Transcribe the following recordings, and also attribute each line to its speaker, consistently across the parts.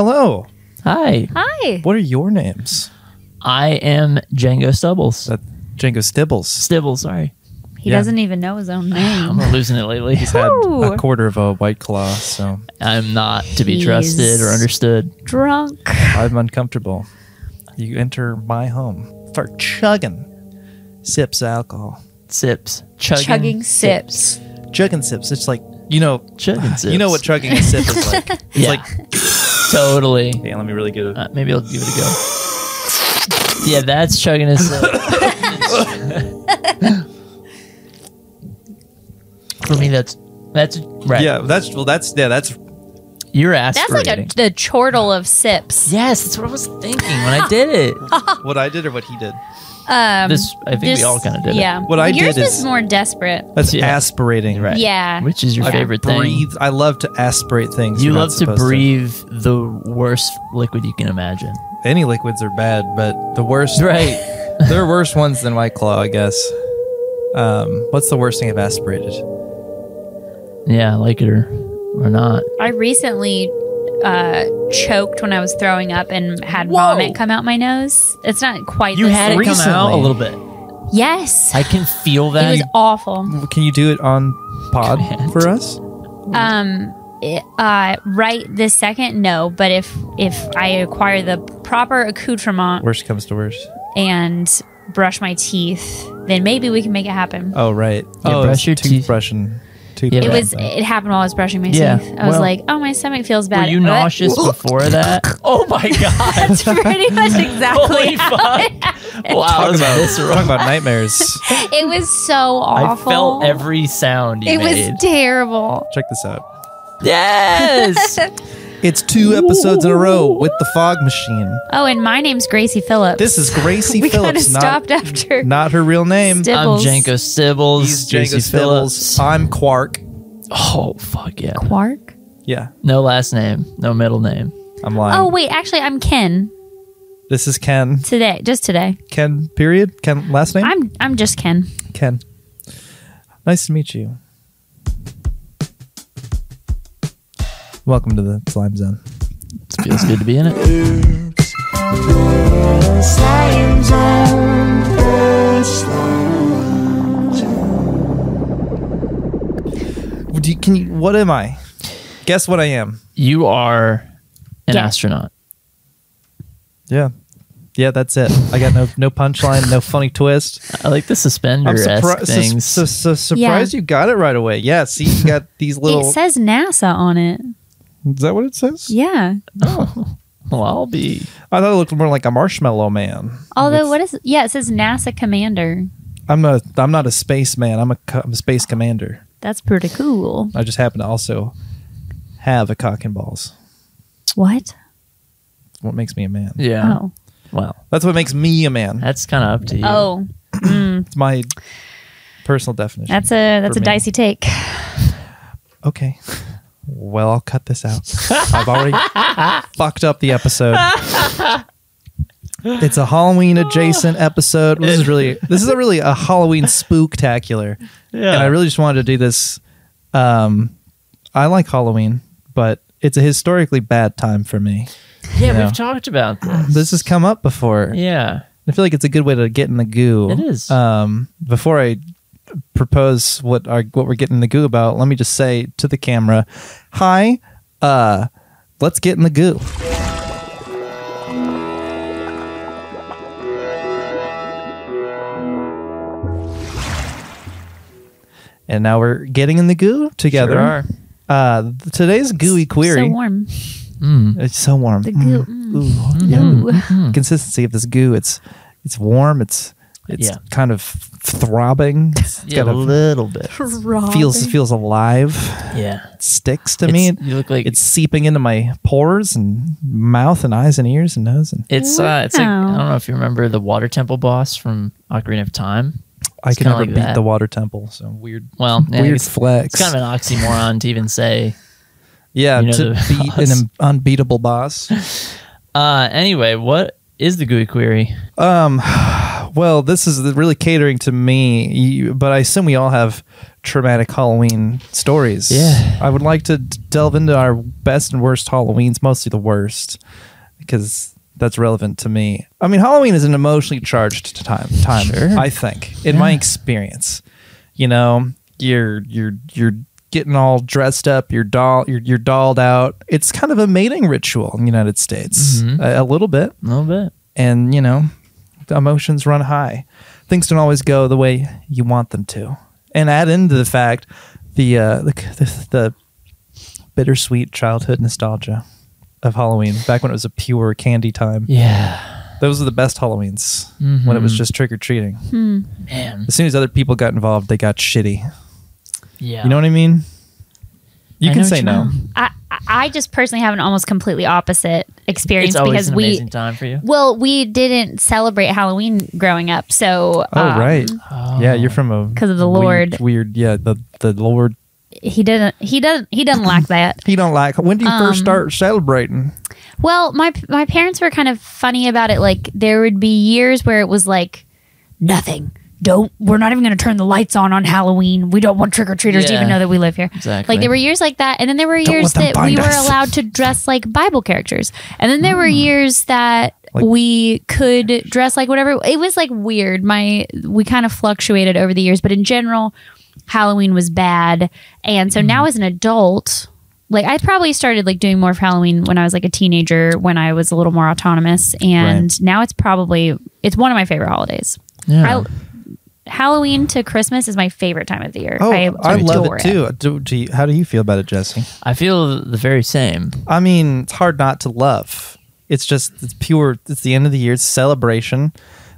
Speaker 1: Hello.
Speaker 2: Hi,
Speaker 3: Hi.
Speaker 1: What are your names?
Speaker 2: I am Django Stubbles.
Speaker 1: That Django Stibbles
Speaker 2: Stibble, sorry.
Speaker 3: He
Speaker 1: Yeah.
Speaker 3: doesn's even know his own
Speaker 2: I'm
Speaker 3: name.
Speaker 2: losing it lately.
Speaker 1: had a
Speaker 3: Woo.
Speaker 1: quarter of a white claw, so
Speaker 2: I'm not to be
Speaker 3: He's-
Speaker 2: trusted or understood.
Speaker 3: Drunk.
Speaker 1: I'm uncomfortable. You enter my home for chugging sips of alcohol.
Speaker 2: Sips. Chugging,
Speaker 3: Chugging sips.
Speaker 1: Chugging sips. It's like you know,
Speaker 2: Chugging sips.
Speaker 1: you know what chugging a sip is like. It's
Speaker 2: Yeah.
Speaker 1: like,
Speaker 2: Totally.
Speaker 1: yeah, let me really get it.
Speaker 2: Uh, maybe I'll give it a go. Yeah, that's chugging a sip. For me, that's that's right.
Speaker 1: Yeah, that's well, that's yeah, that's
Speaker 2: You're
Speaker 3: That's
Speaker 2: aspirating.
Speaker 3: like a, the chortle of sips.
Speaker 2: yes, that's what I was thinking when I did it.
Speaker 1: what I did or what he did.
Speaker 3: Um,
Speaker 2: This I think we
Speaker 3: this-
Speaker 2: all kind of did
Speaker 3: yeah.
Speaker 1: What I
Speaker 3: Yours
Speaker 1: did
Speaker 3: was
Speaker 1: is-
Speaker 3: more desperate.
Speaker 1: That's
Speaker 2: Yeah.
Speaker 1: aspirating,
Speaker 2: it. Right.
Speaker 3: Yeah.
Speaker 2: Which is your
Speaker 1: I
Speaker 2: favorite thing?
Speaker 1: breathe. I love to aspirate things.
Speaker 2: You
Speaker 1: you're not
Speaker 2: love to
Speaker 1: supposed
Speaker 2: breathe the worst liquid you can imagine.
Speaker 1: Any liquids are bad, but the worst.
Speaker 2: Right.
Speaker 1: there are worse ones than White Claw, I guess. Um, what's the worst thing I've aspirated?
Speaker 2: yeah, like it or, or not.
Speaker 3: I recently uh, choked when I was throwing up and had vomit come out my nose. It's not quite
Speaker 2: You
Speaker 3: the
Speaker 2: had it
Speaker 3: same.
Speaker 1: come
Speaker 2: come
Speaker 1: out
Speaker 2: out
Speaker 1: a
Speaker 2: a
Speaker 1: little
Speaker 2: little bit.
Speaker 3: Yes.
Speaker 2: I can feel
Speaker 3: it
Speaker 2: that.
Speaker 3: was awful.
Speaker 1: Can you do it on pod
Speaker 2: Can't.
Speaker 1: for us?
Speaker 3: Um it- uh, right this second, no. But if if I acquire the proper accoutrement
Speaker 1: Worst comes to worst.
Speaker 3: and brush my teeth, then maybe we can make it happen.
Speaker 1: Oh right.
Speaker 2: Yeah,
Speaker 1: oh,
Speaker 2: brush
Speaker 1: it's
Speaker 2: your teeth.
Speaker 1: toothbrush and
Speaker 2: Yeah,
Speaker 1: toothbrush.
Speaker 3: It
Speaker 2: Right.
Speaker 3: was. It happened while I was brushing my
Speaker 2: Yeah,
Speaker 3: teeth. I was
Speaker 2: well-
Speaker 3: like, "Oh, my stomach feels
Speaker 2: Were
Speaker 3: bad."
Speaker 2: you
Speaker 3: But-
Speaker 2: nauseous before that? Oh my god!
Speaker 3: That's pretty much exactly.
Speaker 2: Holy
Speaker 3: how
Speaker 2: fuck! Wow,
Speaker 1: Talk
Speaker 2: it was
Speaker 1: about,
Speaker 2: visceral.
Speaker 1: talk about nightmares.
Speaker 3: it was so
Speaker 2: I
Speaker 3: awful.
Speaker 2: felt every sound you
Speaker 3: It was
Speaker 2: made.
Speaker 3: terrible.
Speaker 1: Check this out.
Speaker 2: yes.
Speaker 1: It's two episodes in a row with the fog machine.
Speaker 3: Oh, and my name's Gracie Phillips.
Speaker 1: This is Gracie
Speaker 3: we kind of
Speaker 1: Phillips, not,
Speaker 3: stopped after.
Speaker 1: not her real name.
Speaker 3: Stip-
Speaker 2: I'm
Speaker 3: Stibbles.
Speaker 2: Janko Stibbles.
Speaker 1: He's Django
Speaker 2: JC
Speaker 1: Stibbles. I'm Quark.
Speaker 2: Oh fuck yeah!
Speaker 3: Quark.
Speaker 1: Yeah,
Speaker 2: No last name. No middle name.
Speaker 1: I'm lying.
Speaker 3: Oh wait, actually, I'm Ken
Speaker 1: This is Ken.
Speaker 3: today. Just today.
Speaker 1: Ken. Period. Ken. Last name.
Speaker 3: I'm I'm just Ken.
Speaker 1: Ken. Nice to meet you. Welcome to the slime zone.
Speaker 2: Feels good to be in it.
Speaker 1: Do you, can you? What am I? Guess what I am.
Speaker 2: You are an
Speaker 3: Yeah.
Speaker 2: astronaut.
Speaker 1: Yeah, yeah. That's it. I got no no punchline, no funny twist.
Speaker 2: I like the suspender
Speaker 1: I'm
Speaker 2: esque
Speaker 1: surprised.
Speaker 2: things.
Speaker 1: So, so surprised you got it right away. Yeah. See, you got these little.
Speaker 3: It says NASA on it.
Speaker 1: is that what it says?
Speaker 3: Yeah.
Speaker 2: oh, well, I'll be.
Speaker 1: I thought it looked more like a marshmallow man.
Speaker 3: Although, what is? Yeah, it says NASA Commander.
Speaker 1: I'm a I'm not a spaceman. I'm a co- I'm a space commander.
Speaker 3: That's pretty cool.
Speaker 1: I just happen to also have a cock and balls.
Speaker 3: What?
Speaker 1: It's what makes me a man.
Speaker 2: Yeah.
Speaker 3: Oh.
Speaker 2: Well,
Speaker 1: That's what makes me a man.
Speaker 2: that's kind of up to you.
Speaker 3: Oh,
Speaker 1: It's my personal definition.
Speaker 3: that's a that's
Speaker 1: For
Speaker 3: a
Speaker 1: me.
Speaker 3: dicey take.
Speaker 1: okay. Well, I'll cut this out. I've already fucked up the episode. It's a Halloween adjacent episode. This is really this is a really a Halloween spooktacular.
Speaker 2: Yeah.
Speaker 1: And I really just wanted to do this. Um I like Halloween, but it's a historically bad time for me.
Speaker 2: yeah,
Speaker 1: Yeah.
Speaker 2: we've talked about this.
Speaker 1: This has come up before.
Speaker 2: Yeah.
Speaker 1: I feel like it's a good way to get in the goo.
Speaker 2: It is.
Speaker 1: Um, before I propose what our what we're getting in the goo about, let me just say to the camera, "Hi, uh, let's get in the goo." And now we're getting in the goo together.
Speaker 2: Sure are.
Speaker 1: Uh, th- today's gooey query.
Speaker 3: So warm.
Speaker 1: It's so warm. Mm.
Speaker 3: The goo. Mm.
Speaker 1: Ooh, yeah, the
Speaker 2: Hmm.
Speaker 1: consistency of this goo. It's it's warm. It's it's
Speaker 2: Yeah.
Speaker 1: kind of throbbing. It's
Speaker 2: Yeah,
Speaker 1: got
Speaker 2: a
Speaker 1: a-
Speaker 2: little bit.
Speaker 3: Mm.
Speaker 1: feels feels alive.
Speaker 2: Yeah.
Speaker 1: It sticks to
Speaker 2: It's-
Speaker 1: me.
Speaker 2: you look like
Speaker 1: it's
Speaker 2: it's.
Speaker 1: seeping into my pores and mouth and eyes and ears and nose and
Speaker 2: It's uh, it's like I
Speaker 3: Wow.
Speaker 2: don't know if you remember the Water Temple boss from Ocarina of Time.
Speaker 1: I can
Speaker 2: kinda
Speaker 1: never
Speaker 2: like
Speaker 1: beat
Speaker 2: that.
Speaker 1: the water temple. So weird,
Speaker 2: Well, yeah,
Speaker 1: weird
Speaker 2: it's,
Speaker 1: flex.
Speaker 2: it's kind of an oxymoron to even say.
Speaker 1: yeah,
Speaker 2: you know
Speaker 1: to
Speaker 2: the
Speaker 1: beat an
Speaker 2: boss.
Speaker 1: un- unbeatable boss.
Speaker 2: Uh, anyway, what is the GUI query?
Speaker 1: Um, well, this is the- really catering to me, you- but I assume we all have traumatic Halloween stories.
Speaker 2: Yeah.
Speaker 1: I would like to d- delve into our best and worst Halloweens, mostly the worst, because that's relevant to me. I mean, Halloween is an emotionally charged time. Time,
Speaker 2: Sure.
Speaker 1: I think, in my
Speaker 2: Yeah.
Speaker 1: experience, you know, you're you're you're getting all dressed up, you're doll, you're you're dolled out. It's kind of a mating ritual in the United States,
Speaker 2: Mhm.
Speaker 1: a, a little bit
Speaker 2: A little bit.
Speaker 1: and you know the emotions run high things don't always go the way you want them to and add into the fact the uh the, the, the bittersweet childhood nostalgia of halloween back when it was a pure candy time
Speaker 2: Yeah.
Speaker 1: those were the best halloweens when it was
Speaker 2: Mhm.
Speaker 1: just trick-or-treating
Speaker 3: Hmm.
Speaker 2: Man.
Speaker 1: as soon as other people got involved they got shitty
Speaker 2: Yeah.
Speaker 1: you know what i mean you
Speaker 2: I
Speaker 1: can
Speaker 2: know what
Speaker 1: say
Speaker 2: you
Speaker 1: no
Speaker 2: mean.
Speaker 3: I, I just personally have an almost completely opposite experience
Speaker 2: it's always
Speaker 3: because
Speaker 2: an
Speaker 3: we
Speaker 2: amazing time for you.
Speaker 3: well we didn't celebrate Halloween growing up, so
Speaker 1: oh
Speaker 3: um,
Speaker 1: right
Speaker 2: Oh.
Speaker 1: yeah you're from a
Speaker 3: 'Cause of the
Speaker 1: weird-
Speaker 3: Lord.
Speaker 1: weird yeah the the lord
Speaker 3: He doesn't. He doesn't. He doesn't like that.
Speaker 1: he don't like when do you first
Speaker 3: Um,
Speaker 1: start celebrating
Speaker 3: Well, my my parents were kind of funny about it. Like there would be years where it was like nothing. Don't. We're not even going to turn the lights on on Halloween. We don't want trick or treaters to
Speaker 2: Yeah.
Speaker 3: even know that we live here.
Speaker 2: Exactly.
Speaker 3: Like there were years like that, and then there were
Speaker 1: Don't let
Speaker 3: years
Speaker 1: them
Speaker 3: that we
Speaker 1: find
Speaker 3: were
Speaker 1: us. Mm.
Speaker 3: allowed to dress like Bible characters, and then there were years that
Speaker 1: Like-
Speaker 3: we could dress like whatever. It was like weird. My we kind of fluctuated over the years, but in general, Halloween was bad, and so
Speaker 1: Mm.
Speaker 3: now as an adult, like I probably started like doing more for Halloween when I was like a teenager, when I was a little more autonomous, and now it's probably it's one of my favorite holidays.
Speaker 2: Yeah.
Speaker 3: I, Halloween to Christmas is my favorite time of the year.
Speaker 1: Oh, I, love
Speaker 3: adore
Speaker 1: it too. Do, do you, how do you feel about it, Jesse?
Speaker 2: I feel the very same.
Speaker 1: I mean, it's hard not to love. It's just it's pure. It's the end of the year. It's celebration.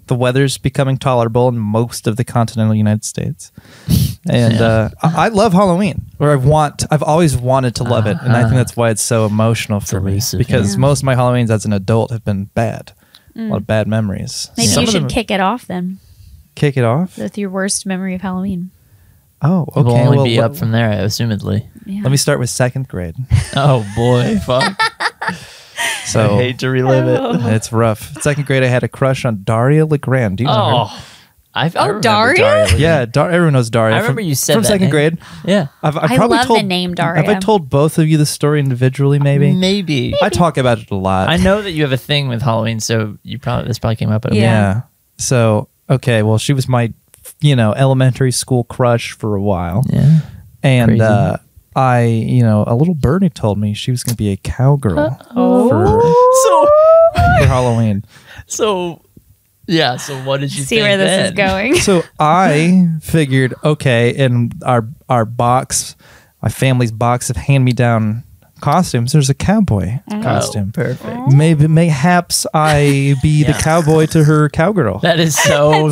Speaker 1: The weather's becoming tolerable in most of the continental United States, and uh, I, I love Halloween. Or I want. I've always wanted to love it, and I
Speaker 2: Uh-huh.
Speaker 1: think that's why it's so emotional for
Speaker 2: elusive,
Speaker 1: me. Because
Speaker 3: yeah.
Speaker 1: most of my Halloweens as an adult have been bad. A lot of bad memories.
Speaker 3: Mm. Maybe
Speaker 1: Some
Speaker 3: you
Speaker 1: of
Speaker 3: should
Speaker 1: them-
Speaker 3: kick it off then
Speaker 1: kick it off.
Speaker 3: with your worst memory of Halloween.
Speaker 1: Oh, okay.
Speaker 2: It will only
Speaker 1: well,
Speaker 2: be
Speaker 1: let-
Speaker 2: up from there, assumedly.
Speaker 3: Yeah.
Speaker 1: let me start with second grade.
Speaker 2: Oh boy, fuck!
Speaker 1: So
Speaker 2: I hate to relive it.
Speaker 1: It's rough. Second grade, I had a crush on Daria Legrand. Do you know her?
Speaker 2: Oh, I, I
Speaker 3: Oh,
Speaker 2: remember
Speaker 3: Daria?
Speaker 1: Yeah, Dar- everyone knows Daria.
Speaker 2: I remember
Speaker 1: from,
Speaker 2: you said
Speaker 1: from
Speaker 2: that
Speaker 1: second
Speaker 2: name.
Speaker 1: grade.
Speaker 2: yeah.
Speaker 1: I've, I've
Speaker 3: I
Speaker 1: probably
Speaker 3: love the
Speaker 1: told,
Speaker 3: name
Speaker 1: Have I
Speaker 3: Daria.
Speaker 1: told both of you the story individually? Maybe.
Speaker 2: Maybe.
Speaker 1: I talk about it a lot.
Speaker 2: I know that you have a thing with Halloween, so you probably this probably came up at a
Speaker 1: Yeah.
Speaker 3: Yeah.
Speaker 1: So okay, well, she was my, you know, elementary school crush for a while,
Speaker 2: Yeah.
Speaker 1: and
Speaker 2: Crazy.
Speaker 1: uh, I, you know, a little birdie told me she was going to be a cowgirl
Speaker 3: Oh.
Speaker 1: for,
Speaker 2: So
Speaker 1: for Halloween.
Speaker 2: so yeah. So what did you
Speaker 3: see
Speaker 2: think
Speaker 3: where this
Speaker 2: then?
Speaker 3: is going.
Speaker 1: so I figured, okay, in our our box, my family's box of hand me down costumes, there's a cowboy
Speaker 3: Oh.
Speaker 2: Mm-hmm.
Speaker 1: costume.
Speaker 2: Perfect.
Speaker 1: Maybe mayhaps I be the
Speaker 2: Oh. Yeah.
Speaker 1: cowboy to her cowgirl.
Speaker 2: That is so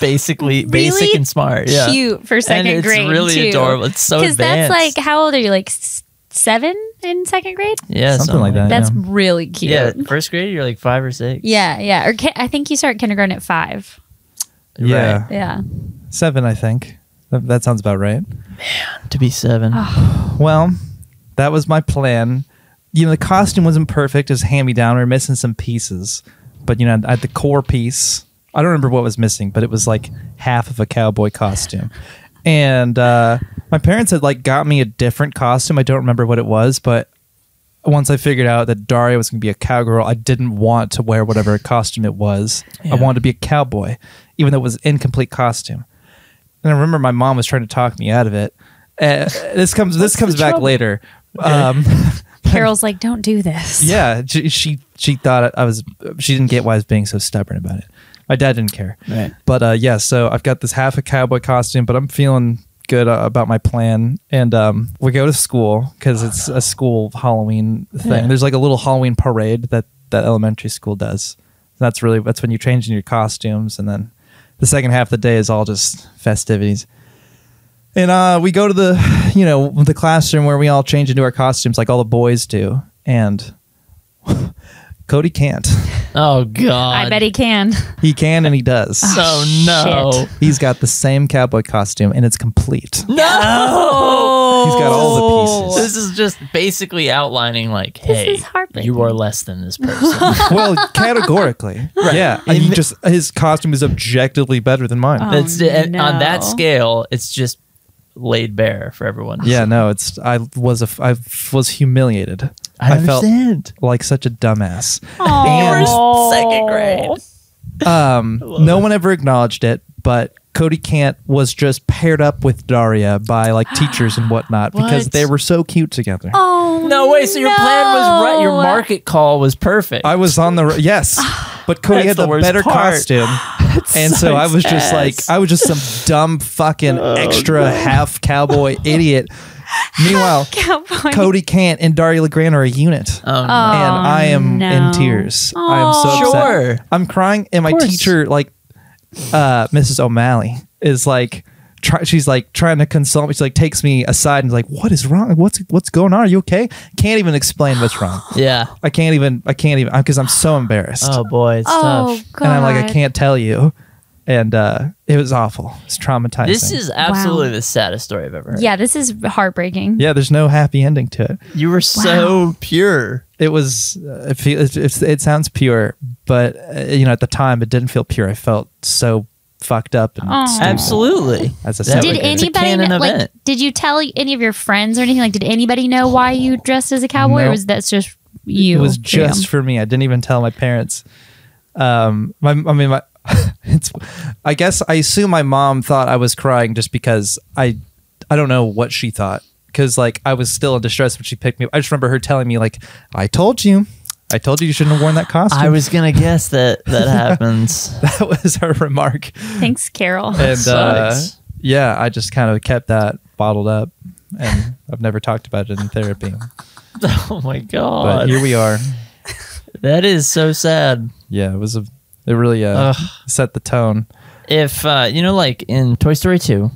Speaker 2: basically basic
Speaker 3: really
Speaker 2: and smart. Yeah.
Speaker 3: Cute for second
Speaker 2: and it's
Speaker 3: grade.
Speaker 2: really
Speaker 3: too.
Speaker 2: adorable. It's so
Speaker 3: Because
Speaker 2: advanced.
Speaker 3: that's like, how old are you? Like s- seven in second grade?
Speaker 2: yeah,
Speaker 1: Something like that. I
Speaker 3: That's
Speaker 1: know.
Speaker 3: really cute.
Speaker 2: Yeah,
Speaker 3: Yeah,
Speaker 2: first grade you're like five or six.
Speaker 3: yeah. Or ki- I think you start kindergarten at five.
Speaker 1: Yeah,
Speaker 3: Yeah.
Speaker 1: seven, I think. That, that sounds about right.
Speaker 2: to be seven.
Speaker 1: Well, that was my plan. You know, the costume wasn't perfect; it was hand me down. We were missing some pieces, but you know, I had the core piece. I don't remember what was missing, but it was like half of a cowboy costume. And uh, my parents had like got me a different costume. I don't remember what it was, but once I figured out that Daria was going to be a cowgirl, I didn't want to wear whatever costume it was.
Speaker 2: Yeah.
Speaker 1: I wanted to be a cowboy, even though it was incomplete costume. And I remember my mom was trying to talk me out of it. Uh, this comes this comes back later. Um,
Speaker 3: Carol's like, don't do this.
Speaker 1: yeah, she, she she thought I was she didn't get why I was being so stubborn about it. My dad didn't care.
Speaker 2: Right.
Speaker 1: But uh, yeah, so I've got this half a cowboy costume, but I'm feeling good uh, about my plan. And um, we go to school because it's a school Halloween thing.
Speaker 2: Yeah.
Speaker 1: There's like a little Halloween parade that that elementary school does. That's really that's when you change in your costumes, and then the second half of the day is all just festivities. And uh, we go to the, you know, the classroom where we all change into our costumes, like all the boys do. And Cody can't.
Speaker 2: Oh god.
Speaker 3: I bet he can.
Speaker 1: He can and he does.
Speaker 2: So
Speaker 3: Shit.
Speaker 2: no.
Speaker 1: He's got the same cowboy costume, and it's complete.
Speaker 2: No.
Speaker 1: He's got all the pieces.
Speaker 2: This is just basically outlining like, hey,
Speaker 3: is heartbreaking. Oh,
Speaker 2: you are less than this person.
Speaker 1: well, categorically, yeah. And you just his costume is objectively better than mine.
Speaker 3: Oh,
Speaker 2: That's and on that
Speaker 3: no.
Speaker 2: scale, it's just laid bare for everyone.
Speaker 1: Yeah, no, it's I was a f- I f- was humiliated.
Speaker 2: I
Speaker 1: felt
Speaker 2: understand.
Speaker 1: like such a dumbass.
Speaker 3: Aw.
Speaker 2: second grade.
Speaker 1: Um,
Speaker 2: love
Speaker 1: no one ever acknowledged it, but Cody Kant was just paired up with Daria by like teachers and whatnot because
Speaker 2: What?
Speaker 1: they were so cute together.
Speaker 3: Oh
Speaker 2: No way. So your plan was right. Your
Speaker 3: no.
Speaker 2: market call was perfect.
Speaker 1: I was on the r- yes, but Cody
Speaker 2: That's
Speaker 1: had
Speaker 2: the
Speaker 1: the,
Speaker 2: worst
Speaker 1: better
Speaker 2: part.
Speaker 1: costume, and so I was just like I was just some dumb fucking
Speaker 2: Oh,
Speaker 1: extra half cowboy idiot. Meanwhile,
Speaker 3: Cowboy.
Speaker 1: Cody Kant and Daria Legrand are a unit.
Speaker 2: Um,
Speaker 3: Oh,
Speaker 1: and I am
Speaker 3: no.
Speaker 1: in tears. I am so
Speaker 3: Aw.
Speaker 1: upset.
Speaker 2: Sure.
Speaker 1: I'm crying, and my
Speaker 2: course.
Speaker 1: teacher, like uh, Mrs. O'Malley, is like, try, she's like trying to consult me. She like takes me aside and is like, "What is wrong? What's what's going on? Are you okay? Can't even explain what's wrong.
Speaker 3: Oh.
Speaker 2: yeah.
Speaker 1: I can't even. I can't even because I'm so embarrassed,
Speaker 2: Oh boy, it's
Speaker 3: Oh
Speaker 2: tough.
Speaker 3: god.
Speaker 1: and I'm like, I can't tell you. And uh, it was awful. It's traumatizing.
Speaker 2: This is absolutely the saddest story I've ever heard.
Speaker 3: Yeah, this is heartbreaking.
Speaker 1: yeah. There's no happy ending to it.
Speaker 2: You were so pure.
Speaker 1: it was uh, it, feel, it, it, it sounds pure but uh, you know at the time it didn't feel pure i felt so fucked up and
Speaker 3: Aw.
Speaker 1: stupid.
Speaker 2: Absolutely.
Speaker 1: As a separate
Speaker 2: That
Speaker 3: Did
Speaker 1: It's a
Speaker 2: event.
Speaker 3: anybody
Speaker 2: canon
Speaker 3: know, like?
Speaker 2: event.
Speaker 3: Did you tell any of your friends or anything? Like, did anybody know why you dressed as a cowboy, or
Speaker 1: Nope.
Speaker 3: was that just you?
Speaker 1: it was
Speaker 3: Graham?
Speaker 1: just for me i didn't even tell my parents um my, i mean my it's i guess i assume my mom thought i was crying just because i i don't know what she thought because like i was still in distress when she picked me up i just remember her telling me like i told you i told you you shouldn't have worn that costume
Speaker 2: I was gonna guess that that happens.
Speaker 1: that was her remark
Speaker 3: Thanks, Carol.
Speaker 1: and uh,
Speaker 2: Sucks.
Speaker 1: yeah, I just kind of kept that bottled up, and I've never talked about it in therapy.
Speaker 2: oh my
Speaker 1: But
Speaker 2: god,
Speaker 1: here we are.
Speaker 2: that is so sad.
Speaker 1: Yeah, it was a. It really uh,
Speaker 2: Ugh.
Speaker 1: set the tone.
Speaker 2: If uh, you know, like in Toy Story two,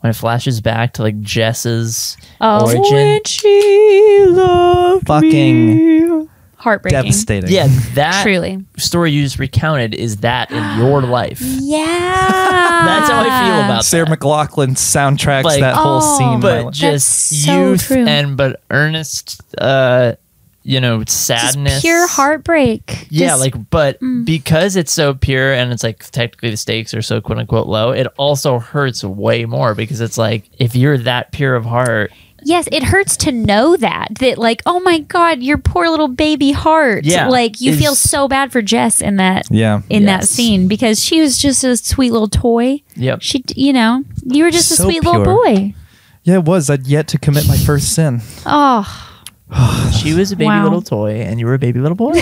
Speaker 2: when it flashes back to like Jess's
Speaker 3: Oh.
Speaker 2: origin,
Speaker 1: Fucking
Speaker 3: Heartbreaking.
Speaker 1: devastating.
Speaker 2: yeah, that
Speaker 3: Truly.
Speaker 2: story you just recounted is that in your life.
Speaker 3: Yeah.
Speaker 2: That's
Speaker 3: That's
Speaker 2: how I feel about
Speaker 1: Sarah McLaughlin soundtracks
Speaker 2: Like-
Speaker 1: that whole
Speaker 3: Oh.
Speaker 1: scene.
Speaker 2: but
Speaker 1: my life.
Speaker 2: just
Speaker 3: so
Speaker 2: youth
Speaker 3: true.
Speaker 2: and but earnest uh you know
Speaker 3: Just
Speaker 2: sadness
Speaker 3: pure heartbreak.
Speaker 2: yeah
Speaker 3: Just-
Speaker 2: like but because it's so pure and it's like technically the stakes are so quote unquote low it also hurts way more because it's like if you're that pure of heart
Speaker 3: yes, it hurts to know that that like oh my god, your poor little baby heart.
Speaker 2: Yeah.
Speaker 3: like you feel
Speaker 2: Is-
Speaker 3: so bad for Jess in that
Speaker 1: yeah,
Speaker 3: in that
Speaker 2: Yes.
Speaker 3: scene because she was just a sweet little toy.
Speaker 2: yep
Speaker 3: She, d- you know, you were just a
Speaker 1: So
Speaker 3: sweet little
Speaker 1: pure.
Speaker 3: boy.
Speaker 1: yeah, it was. I'd yet to commit my first sin.
Speaker 3: Oh,
Speaker 2: she was a baby
Speaker 3: Wow.
Speaker 2: little toy and you were a baby little boy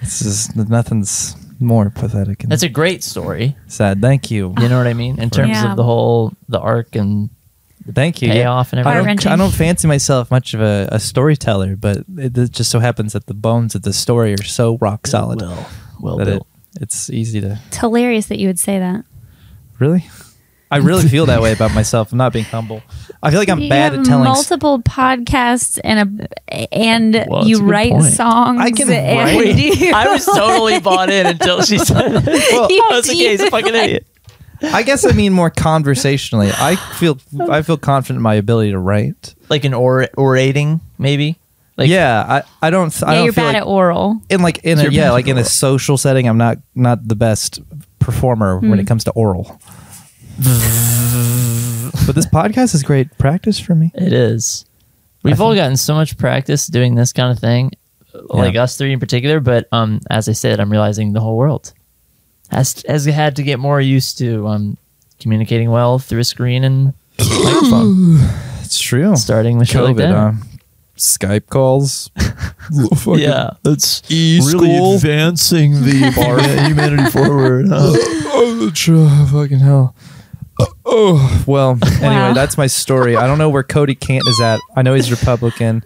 Speaker 1: This is nothing's more pathetic and
Speaker 2: that's a great story
Speaker 1: sad. Thank you.
Speaker 2: you know what i mean in terms
Speaker 3: Yeah.
Speaker 2: of the whole the arc and
Speaker 1: Thank you. Yeah.
Speaker 2: payoff and
Speaker 1: I
Speaker 2: everything
Speaker 1: don't,
Speaker 3: Heart-wrenching.
Speaker 1: I don't fancy myself much of a, a storyteller, but it, it just so happens that the bones of the story are so rock solid
Speaker 2: well well
Speaker 1: that it,
Speaker 2: built.
Speaker 1: it's easy to
Speaker 3: it's hilarious that you would say that.
Speaker 1: really. I really feel that way about myself. I'm not being humble. I feel like I'm
Speaker 3: you
Speaker 1: bad
Speaker 3: have
Speaker 1: at telling. s-
Speaker 3: multiple podcasts and a and
Speaker 2: Well,
Speaker 3: you
Speaker 2: that's a good
Speaker 3: write
Speaker 2: point.
Speaker 3: songs.
Speaker 1: I can
Speaker 3: and
Speaker 1: write.
Speaker 3: you-
Speaker 2: I was totally bought in until she said it. Well,
Speaker 3: You
Speaker 2: I was like, yeah, he's a fucking idiot.
Speaker 1: I guess I mean more conversationally. I feel I feel confident in my ability to write.
Speaker 2: Like an or- orating, maybe? Like,
Speaker 1: yeah, I, I don't. th- I
Speaker 3: yeah,
Speaker 1: don't
Speaker 3: you're
Speaker 1: feel
Speaker 3: bad
Speaker 1: like,
Speaker 3: at oral.
Speaker 1: in like in a
Speaker 2: You're
Speaker 1: yeah
Speaker 2: bad
Speaker 1: like
Speaker 2: at
Speaker 1: in a
Speaker 2: oral.
Speaker 1: social setting. I'm not not the best performer when
Speaker 3: Hmm.
Speaker 1: it comes to oral. but this podcast is great practice for me.
Speaker 2: It is. We've all gotten so much practice doing this kind of thing, like us three in particular. But um, as I said, I'm realizing the whole world has has had to get more used to um, communicating well through a screen and microphone.
Speaker 1: It's true.
Speaker 2: starting the show like that.
Speaker 1: Skype calls.
Speaker 2: yeah, that's
Speaker 1: E-school.
Speaker 2: advancing the humanity forward.
Speaker 1: Oh, fucking hell. Oh, well, anyway,
Speaker 3: Wow.
Speaker 1: that's my story. I don't know where Cody Kant is at. I know he's Republican.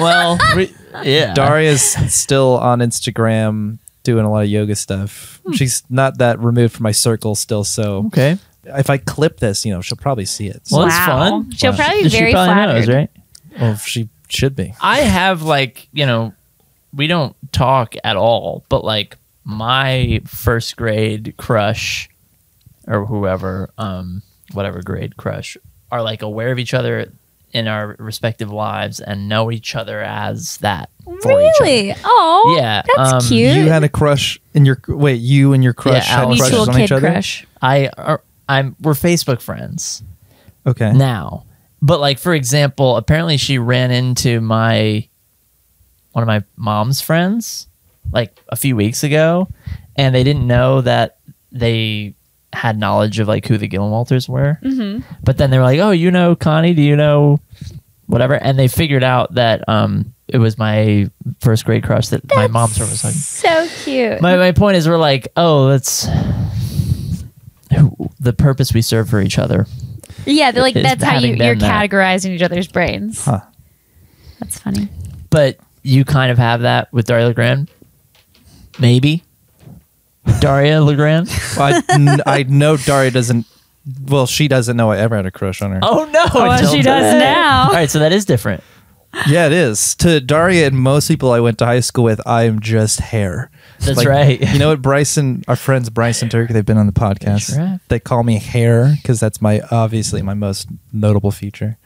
Speaker 2: well, we, yeah,
Speaker 1: Daria's still on Instagram doing a lot of yoga stuff.
Speaker 2: Hmm.
Speaker 1: She's not that removed from my circle still, so
Speaker 2: Okay.
Speaker 1: if I clip this, you know, she'll probably see it. So
Speaker 2: Well, that's fun.
Speaker 3: She'll
Speaker 1: Wow.
Speaker 3: probably be
Speaker 2: She
Speaker 3: very
Speaker 2: probably
Speaker 3: flattered.
Speaker 2: knows, right?
Speaker 1: well, she should be.
Speaker 2: I have like you know, we don't talk at all, but like my first grade crush or whoever, um, whatever grade crush, are like aware of each other in our respective lives and know each other as that. for each other.
Speaker 3: Really? Oh,
Speaker 2: Yeah,
Speaker 3: That's
Speaker 2: um,
Speaker 3: cute.
Speaker 1: You had a crush in your wait, you and your crush
Speaker 2: Yeah,
Speaker 1: had
Speaker 2: Alex.
Speaker 1: crushes on
Speaker 3: mutual kid
Speaker 2: er,
Speaker 1: each other.
Speaker 3: crush.
Speaker 2: I are, I'm we're Facebook friends,
Speaker 1: Okay.
Speaker 2: now. But like for example, apparently she ran into my one of my mom's friends like a few weeks ago and they didn't know that they had knowledge of like who the Gillenwalters were.
Speaker 3: Mm-hmm.
Speaker 2: But then they were like, "Oh, you know Connie, do you know whatever?" And they figured out that um it was my first grade crush that my mom's friend was like
Speaker 3: So cute.
Speaker 2: my, my point is we're like oh that's the purpose we serve for each other
Speaker 3: yeah, they're like
Speaker 2: It's
Speaker 3: that's how you,
Speaker 2: having been
Speaker 3: you're
Speaker 2: that.
Speaker 3: categorizing each other's brains.
Speaker 1: Huh.
Speaker 3: That's funny.
Speaker 2: but you kind of have that with daria legrand maybe daria legrand
Speaker 1: I, n- I know Daria doesn't. Well, she doesn't know I ever had a crush on her.
Speaker 2: oh no
Speaker 3: well,
Speaker 2: Tilda.
Speaker 3: she does now.
Speaker 2: all right so that is different
Speaker 1: Yeah, it is. To Daria and most people I went to high school with, I am just hair.
Speaker 2: That's right.
Speaker 1: you know what, Bryson, our friends Bryson Turk, they've been on the podcast.
Speaker 2: That's right.
Speaker 1: They call me hair because that's my obviously my most notable feature.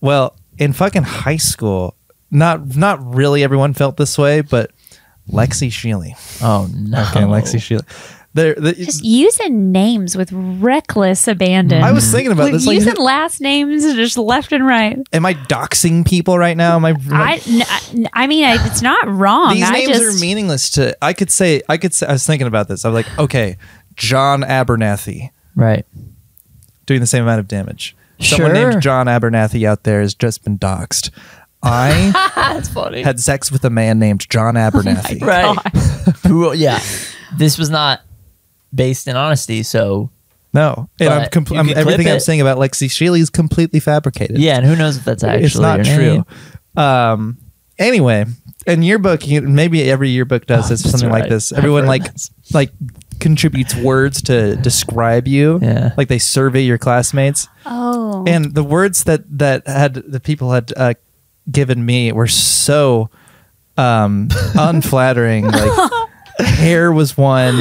Speaker 1: Well, in fucking high school, not not really everyone felt this way, but Lexi Sheely.
Speaker 2: oh no
Speaker 1: Okay, Lexi Sheely. There, the,
Speaker 3: Just using names with reckless abandon.
Speaker 1: I was thinking about
Speaker 3: We're
Speaker 1: this. Like,
Speaker 3: using last names just left and right.
Speaker 1: am I doxing people right now? Am I?
Speaker 3: I, n- I- n- I mean, I, it's not wrong.
Speaker 1: These
Speaker 3: I
Speaker 1: names
Speaker 3: just,
Speaker 1: are meaningless to. I could say. I could say. I was thinking about this. I'm like, okay, John Abernathy
Speaker 2: right
Speaker 1: doing the same amount of damage. Someone
Speaker 2: Sure.
Speaker 1: named John Abernathy out there has just been doxed. I
Speaker 2: that's funny
Speaker 1: had sex with a man named John
Speaker 2: Oh
Speaker 1: Abernathy.
Speaker 2: right Who- yeah this was not based in honesty so
Speaker 1: no, and I'm
Speaker 2: But
Speaker 1: compl-
Speaker 2: you
Speaker 1: I'm,
Speaker 2: can clip
Speaker 1: everything I'm
Speaker 2: it.
Speaker 1: saying about Lexi Shealy is completely fabricated.
Speaker 2: yeah and who knows if that's actually
Speaker 1: it's not
Speaker 2: your
Speaker 1: true.
Speaker 2: name.
Speaker 1: Um, anyway, in yearbook, you- maybe every yearbook does
Speaker 2: Oh,
Speaker 1: this,
Speaker 2: that's
Speaker 1: something like
Speaker 2: right.
Speaker 1: this.
Speaker 2: I've
Speaker 1: Everyone
Speaker 2: heard
Speaker 1: like
Speaker 2: this.
Speaker 1: like contributes words to describe you.
Speaker 2: Yeah.
Speaker 1: like they survey your classmates,
Speaker 3: Oh.
Speaker 1: and the words that that had the people had uh, given me were so um unflattering like hair was one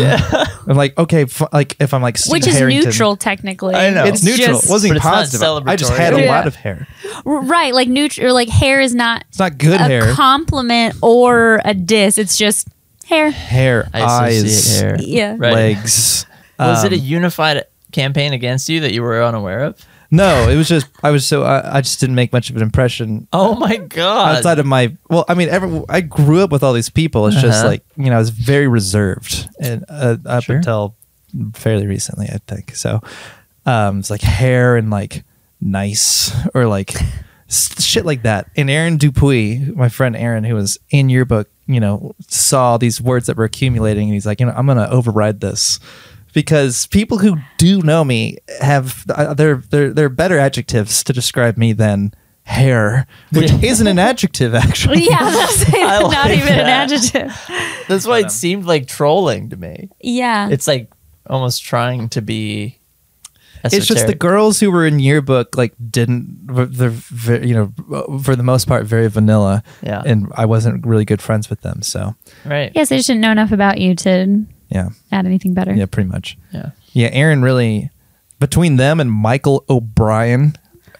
Speaker 1: i'm like okay f- like if i'm like Steve
Speaker 3: which is
Speaker 1: Harrington,
Speaker 3: neutral technically.
Speaker 2: I know.
Speaker 1: it's neutral
Speaker 3: just-
Speaker 1: it wasn't
Speaker 2: But it's not
Speaker 1: positive i just had
Speaker 2: celebratory.
Speaker 1: a
Speaker 3: Yeah.
Speaker 1: lot of hair
Speaker 3: R- right, like neutral, like hair is not
Speaker 1: it's not good
Speaker 3: a
Speaker 1: hair
Speaker 3: compliment or a diss. It's just hair.
Speaker 1: hair
Speaker 2: I
Speaker 1: eyes
Speaker 2: associate hair.
Speaker 3: Yeah.
Speaker 2: Right.
Speaker 1: legs
Speaker 2: Was
Speaker 1: Um,
Speaker 2: it a unified campaign against you that you were unaware of?
Speaker 1: no it was just i was so I, I just didn't make much of an impression
Speaker 2: Oh my god!
Speaker 1: outside of my well i mean every, i grew up with all these people it's just
Speaker 2: Uh-huh.
Speaker 1: like you know i was very reserved and uh, up
Speaker 2: Sure.
Speaker 1: until fairly recently i think so um it's like hair and like nice or like s- shit like that and aaron dupuy my friend aaron who was in your book you know saw these words that were accumulating and he's like you know i'm gonna override this because people who do know me have uh, they're they're they're better adjectives to describe me than hair which isn't an adjective actually
Speaker 3: Yeah, that's
Speaker 2: I
Speaker 3: not
Speaker 2: like
Speaker 3: even an
Speaker 2: that.
Speaker 3: adjective.
Speaker 2: That's why it seemed like trolling to me.
Speaker 3: Yeah.
Speaker 2: It's like almost trying to be.
Speaker 1: it's just the
Speaker 2: esoteric.
Speaker 1: girls who were in yearbook like didn't they're ve- you know uh, for the most part very vanilla
Speaker 2: Yeah.
Speaker 1: and i wasn't really good friends with them so
Speaker 2: right.
Speaker 3: yes, I just didn't know enough about you to
Speaker 1: yeah
Speaker 3: add anything better.
Speaker 1: yeah pretty much
Speaker 2: Yeah.
Speaker 1: yeah aaron really between them and michael o'brien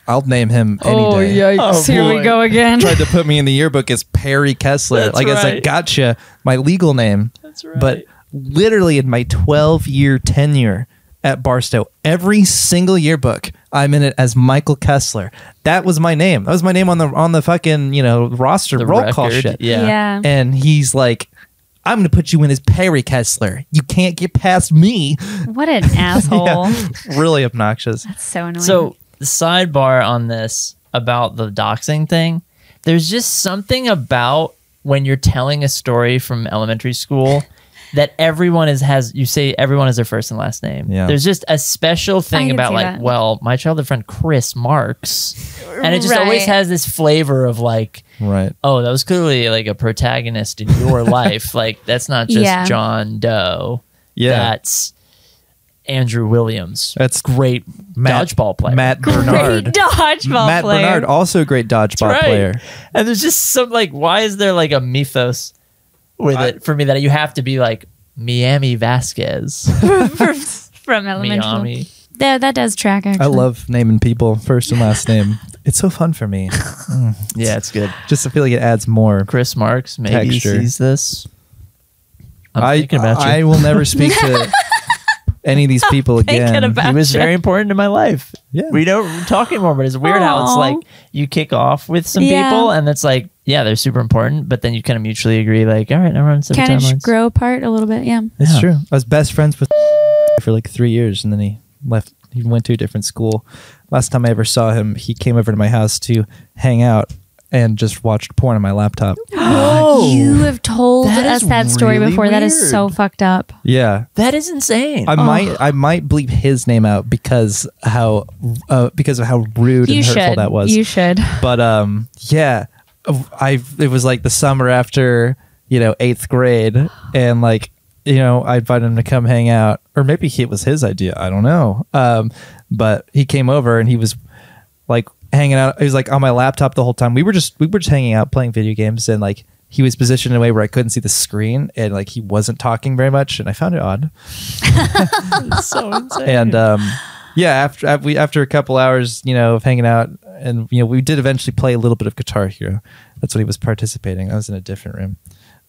Speaker 1: i'll name him any day
Speaker 2: Oh,
Speaker 3: Here
Speaker 2: boy.
Speaker 3: we go again.
Speaker 1: tried to put me in the yearbook as perry kessler
Speaker 2: That's
Speaker 1: like i said
Speaker 2: right.
Speaker 1: gotcha my legal name
Speaker 2: That's right.
Speaker 1: but literally in my 12 year tenure at Barstow, every single yearbook, I'm in it as Michael Kessler. That was my name. That was my name on the on the fucking you know roster
Speaker 2: the
Speaker 1: roll call
Speaker 2: record,
Speaker 1: shit.
Speaker 2: Yeah.
Speaker 3: Yeah.
Speaker 1: And he's like, "I'm gonna put you in as Perry Kessler. You can't get past me."
Speaker 3: What an asshole.
Speaker 1: really obnoxious.
Speaker 3: That's so annoying.
Speaker 2: So the sidebar on this about the doxing thing, there's just something about when you're telling a story from elementary school that everyone is has you say everyone has their first and last name.
Speaker 1: Yeah.
Speaker 2: There's just a special thing
Speaker 3: can
Speaker 2: about
Speaker 3: see
Speaker 2: like,
Speaker 3: that.
Speaker 2: well, my childhood friend Chris Marks. And it just always
Speaker 3: Right.
Speaker 2: has this flavor of like,
Speaker 1: Right.
Speaker 2: oh, that was clearly like a protagonist in your life. Like that's not just
Speaker 3: Yeah.
Speaker 2: John Doe.
Speaker 1: Yeah.
Speaker 2: That's Andrew Williams.
Speaker 1: That's
Speaker 2: great
Speaker 1: Matt-
Speaker 2: dodgeball player.
Speaker 1: Matt
Speaker 3: Great
Speaker 1: Bernard.
Speaker 3: dodgeball
Speaker 1: Matt
Speaker 3: player.
Speaker 1: Bernard, also a great dodgeball
Speaker 2: right.
Speaker 1: player.
Speaker 2: And there's just some like, why is there like a mythos with
Speaker 1: I-
Speaker 2: it for me that you have to be like Miami Vasquez,
Speaker 3: from elementary. school.
Speaker 2: Miami?
Speaker 3: That, that does track, actually.
Speaker 1: I love naming people first and last name. It's so fun for me.
Speaker 2: Yeah, it's good.
Speaker 1: Just to feel like it adds more.
Speaker 2: Chris Marks maybe
Speaker 1: Texture.
Speaker 2: sees this. I'm
Speaker 1: I-
Speaker 2: thinking about you.
Speaker 1: I will never speak to any of these people
Speaker 3: Thinking
Speaker 1: again.
Speaker 3: about-
Speaker 2: He was
Speaker 3: Gotcha.
Speaker 2: very important to my life.
Speaker 1: Yeah.
Speaker 2: We don't talk anymore, but it's weird how it's
Speaker 3: Aw.
Speaker 2: like you kick off with some
Speaker 3: Yeah.
Speaker 2: people and it's like, yeah, they're super important, but then you kind of mutually agree, like, all right, now we're on separate
Speaker 3: Kind of just
Speaker 2: timelines.
Speaker 3: grow apart a little bit. Yeah.
Speaker 1: It's
Speaker 2: Yeah.
Speaker 1: true. I was best friends with for like three years, and then he left. He went to a different school. Last time I ever saw him, he came over to my house to hang out and just watched porn on my laptop.
Speaker 2: Oh.
Speaker 3: You have told
Speaker 2: That
Speaker 3: us
Speaker 2: is
Speaker 3: that story
Speaker 2: really
Speaker 3: before. That is so
Speaker 2: weird.
Speaker 3: fucked up.
Speaker 1: Yeah,
Speaker 2: That is insane. Oh,
Speaker 1: I might I might bleep his name out because how uh, because of how rude
Speaker 3: you
Speaker 1: and hurtful
Speaker 3: should.
Speaker 1: that was.
Speaker 3: You should.
Speaker 1: but um, yeah, I it was like the summer after you know eighth grade, and like you know I invited him to come hang out, or maybe he- it was his idea. I don't know. Um, but he came over and he was like hanging out. He was like on my laptop the whole time. We were just we were just hanging out playing video games, and like he was positioned in a way where I couldn't see the screen, and like he wasn't talking very much, and I found it odd
Speaker 2: It's so insane.
Speaker 1: and um, yeah, after af- we after a couple hours, you know, of hanging out, and you know, we did eventually play a little bit of Guitar Hero. That's what he was participating. I was in a different room,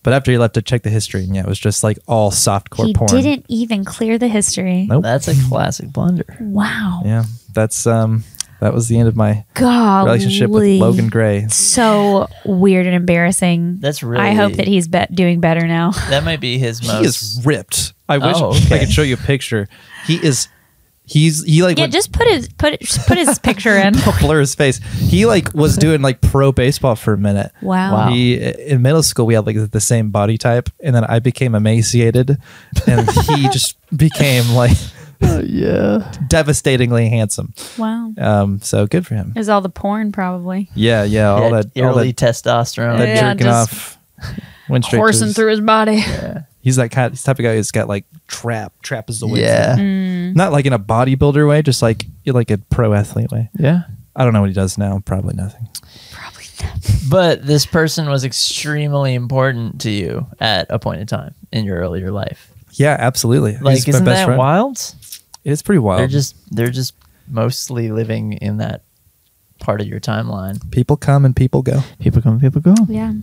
Speaker 1: but after he left, I checked the history, and yeah, it was just like all softcore
Speaker 3: he
Speaker 1: porn.
Speaker 3: didn't even clear the history.
Speaker 1: Nope.
Speaker 2: That's a classic blunder.
Speaker 3: Wow.
Speaker 1: Yeah, that's um, that was the end of my
Speaker 3: God.
Speaker 1: relationship with Logan Gray.
Speaker 3: So weird and embarrassing.
Speaker 2: That's really.
Speaker 3: I hope that he's be- doing better now.
Speaker 2: That might be his most.
Speaker 1: He is ripped. I wish
Speaker 2: Oh, okay.
Speaker 1: I could show you a picture. He is. He's he like
Speaker 3: yeah,
Speaker 1: went-
Speaker 3: just put his put it- just put his picture in.
Speaker 1: I'll blur his face. He like was doing like pro baseball for a minute.
Speaker 3: Wow. Wow.
Speaker 1: He in middle school we had like the same body type, and then I became emaciated, and he just became like
Speaker 2: Oh, yeah.
Speaker 1: devastatingly handsome.
Speaker 3: Wow.
Speaker 1: Um, so good for him.
Speaker 3: It was all the porn probably.
Speaker 1: Yeah, yeah. All that, all
Speaker 2: early
Speaker 1: that,
Speaker 2: testosterone.
Speaker 1: that
Speaker 3: Yeah,
Speaker 1: jerking
Speaker 3: just
Speaker 1: off. Went straight to his-
Speaker 3: his body.
Speaker 1: He's that kind. He's the type of guy who's got like trap trapezoids.
Speaker 2: Yeah.
Speaker 3: Mm. Mm-hmm.
Speaker 1: Not like in a bodybuilder way, just like like a pro athlete way.
Speaker 2: Yeah.
Speaker 1: I don't know what he does now. Probably nothing.
Speaker 3: Probably not.
Speaker 2: But this person was extremely important to you at a point in time in your earlier life.
Speaker 1: Yeah, absolutely.
Speaker 2: Like,
Speaker 1: He's my
Speaker 2: isn't
Speaker 1: best
Speaker 2: that
Speaker 1: friend.
Speaker 2: wild?
Speaker 1: It's pretty wild.
Speaker 2: They're just they're just mostly living in that part of your timeline.
Speaker 1: People come and people go.
Speaker 2: People come, people go.
Speaker 3: Yeah.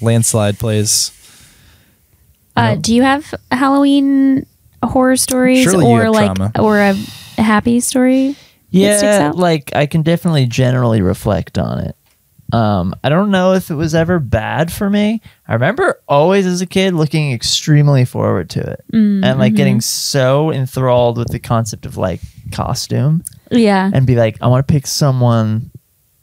Speaker 1: Landslide plays.
Speaker 3: Uh,
Speaker 1: No.
Speaker 3: Do you have Halloween horror stories
Speaker 1: Surely you
Speaker 3: or
Speaker 1: have
Speaker 3: like
Speaker 1: trauma.
Speaker 3: or a happy story? that sticks
Speaker 2: Yeah,
Speaker 3: out?
Speaker 2: like I can definitely generally reflect on it. Um, I don't know if it was ever bad for me. I remember always as a kid looking extremely forward to it
Speaker 3: Mm,
Speaker 2: and like
Speaker 3: mm-hmm.
Speaker 2: getting so enthralled with the concept of like costume
Speaker 3: Yeah.
Speaker 2: and be like, I want to pick someone,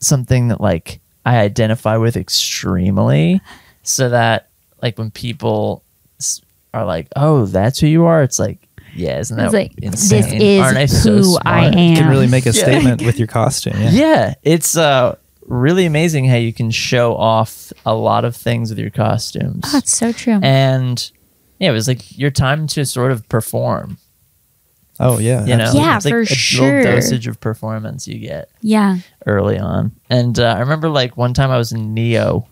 Speaker 2: something that like I identify with extremely, so that like when people s- are like, oh, that's who you are, it's like, yeah, isn't that
Speaker 3: It's like, this
Speaker 2: insane?
Speaker 3: is
Speaker 2: Aren't I so
Speaker 3: who I
Speaker 2: smart?"
Speaker 1: You
Speaker 3: am.
Speaker 1: can really make a
Speaker 2: Yeah.
Speaker 1: statement with your costume. Yeah.
Speaker 2: Yeah, it's uh really amazing how you can show off a lot of things with your costumes.
Speaker 3: Oh, it's so true.
Speaker 2: and yeah, it was like your time to sort of perform.
Speaker 1: Oh yeah.
Speaker 2: You know,
Speaker 1: absolutely.
Speaker 3: Yeah,
Speaker 2: it's like
Speaker 3: for
Speaker 2: a
Speaker 3: sure.
Speaker 2: little dosage of performance you get
Speaker 3: yeah.
Speaker 2: early on. And uh, I remember like one time I was in Neo.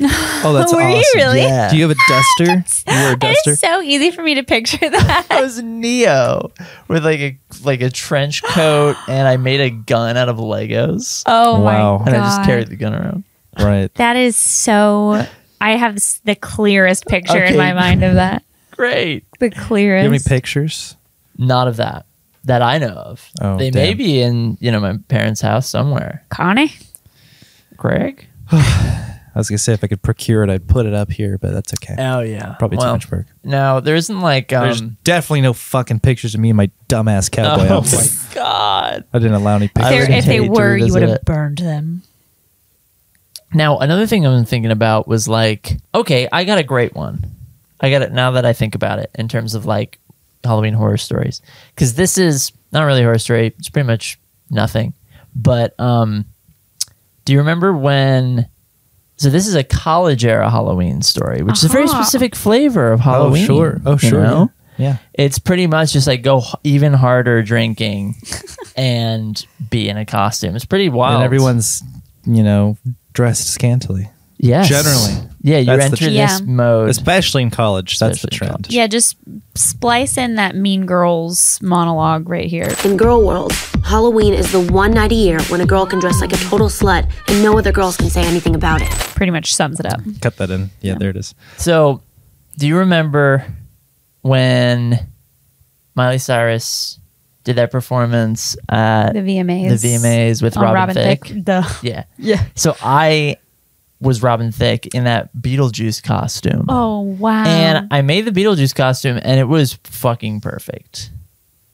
Speaker 1: Oh, that's
Speaker 3: Were
Speaker 1: awesome.
Speaker 3: you really?
Speaker 2: Yeah.
Speaker 1: Do you have a duster? you wear a duster.
Speaker 3: It's so easy for me to picture that.
Speaker 2: I was in Neo with like a like a trench coat, and I made a gun out of Legos,
Speaker 3: Oh
Speaker 1: Wow.
Speaker 3: my god.
Speaker 2: and I just carried the gun around.
Speaker 1: Right.
Speaker 3: That is so. I have s- the clearest picture in
Speaker 2: Okay.
Speaker 3: my mind of that.
Speaker 2: Great.
Speaker 3: The
Speaker 1: Do you have any
Speaker 3: clearest.
Speaker 1: pictures?
Speaker 2: Not of that that I know of.
Speaker 1: Oh,
Speaker 2: they may
Speaker 1: damn.
Speaker 2: be in you know my parents' house somewhere.
Speaker 3: Connie.
Speaker 2: Craig.
Speaker 1: I was gonna say if I could procure it, I'd put it up here, but that's okay.
Speaker 2: Oh yeah.
Speaker 1: Probably
Speaker 2: Well,
Speaker 1: too much work.
Speaker 2: No, there isn't like
Speaker 1: There's
Speaker 2: um.
Speaker 1: definitely no fucking pictures of me in my dumbass cowboy
Speaker 2: Oh
Speaker 1: outfit.
Speaker 2: my god.
Speaker 1: I didn't allow any
Speaker 2: I
Speaker 3: There-
Speaker 1: pictures.
Speaker 2: would
Speaker 3: if they
Speaker 2: hate to
Speaker 3: were, you
Speaker 2: revisit
Speaker 3: would have
Speaker 2: it.
Speaker 3: burned them.
Speaker 2: Now, another thing I'm thinking about was like, okay, I got a great one. I got it now that I think about it in terms of like Halloween horror stories. Because this is not really a horror story, it's pretty much nothing. But um, do you remember when? So, this is a college era Halloween story, which is a very
Speaker 3: Uh-huh.
Speaker 2: specific flavor of
Speaker 1: oh
Speaker 2: Halloween.
Speaker 1: sure. Oh
Speaker 2: you
Speaker 1: sure.
Speaker 2: know?
Speaker 1: Yeah.
Speaker 2: It's pretty much just like go h- even harder drinking and be in a costume. It's pretty
Speaker 1: yeah.
Speaker 2: wild.
Speaker 1: And everyone's you know dressed scantily,
Speaker 2: Yes.
Speaker 1: Generally.
Speaker 2: Yeah, you
Speaker 1: That's the
Speaker 2: enter
Speaker 1: trend.
Speaker 2: this
Speaker 3: Yeah.
Speaker 2: mode.
Speaker 1: especially in college. That's the
Speaker 2: Especially in
Speaker 1: trend.
Speaker 3: Yeah, just splice in that Mean Girls monologue right here.
Speaker 4: In girl world, Halloween is the one night a year when a girl can dress like a total slut and no other girls can say anything about it.
Speaker 3: Pretty much sums it up.
Speaker 1: Cut that in. yeah. there it is.
Speaker 2: So, do you remember when Miley Cyrus did that performance at
Speaker 3: The
Speaker 2: Uh, the
Speaker 3: VMAs.
Speaker 2: VMAs with
Speaker 3: on
Speaker 2: Robin,
Speaker 3: Robin
Speaker 2: Thicke.
Speaker 3: Thicke.
Speaker 5: Duh.
Speaker 2: Yeah.
Speaker 5: Yeah.
Speaker 2: So I was Robin Thicke in that Beetlejuice costume.
Speaker 3: Oh wow.
Speaker 2: And I made the Beetlejuice costume and it was fucking perfect.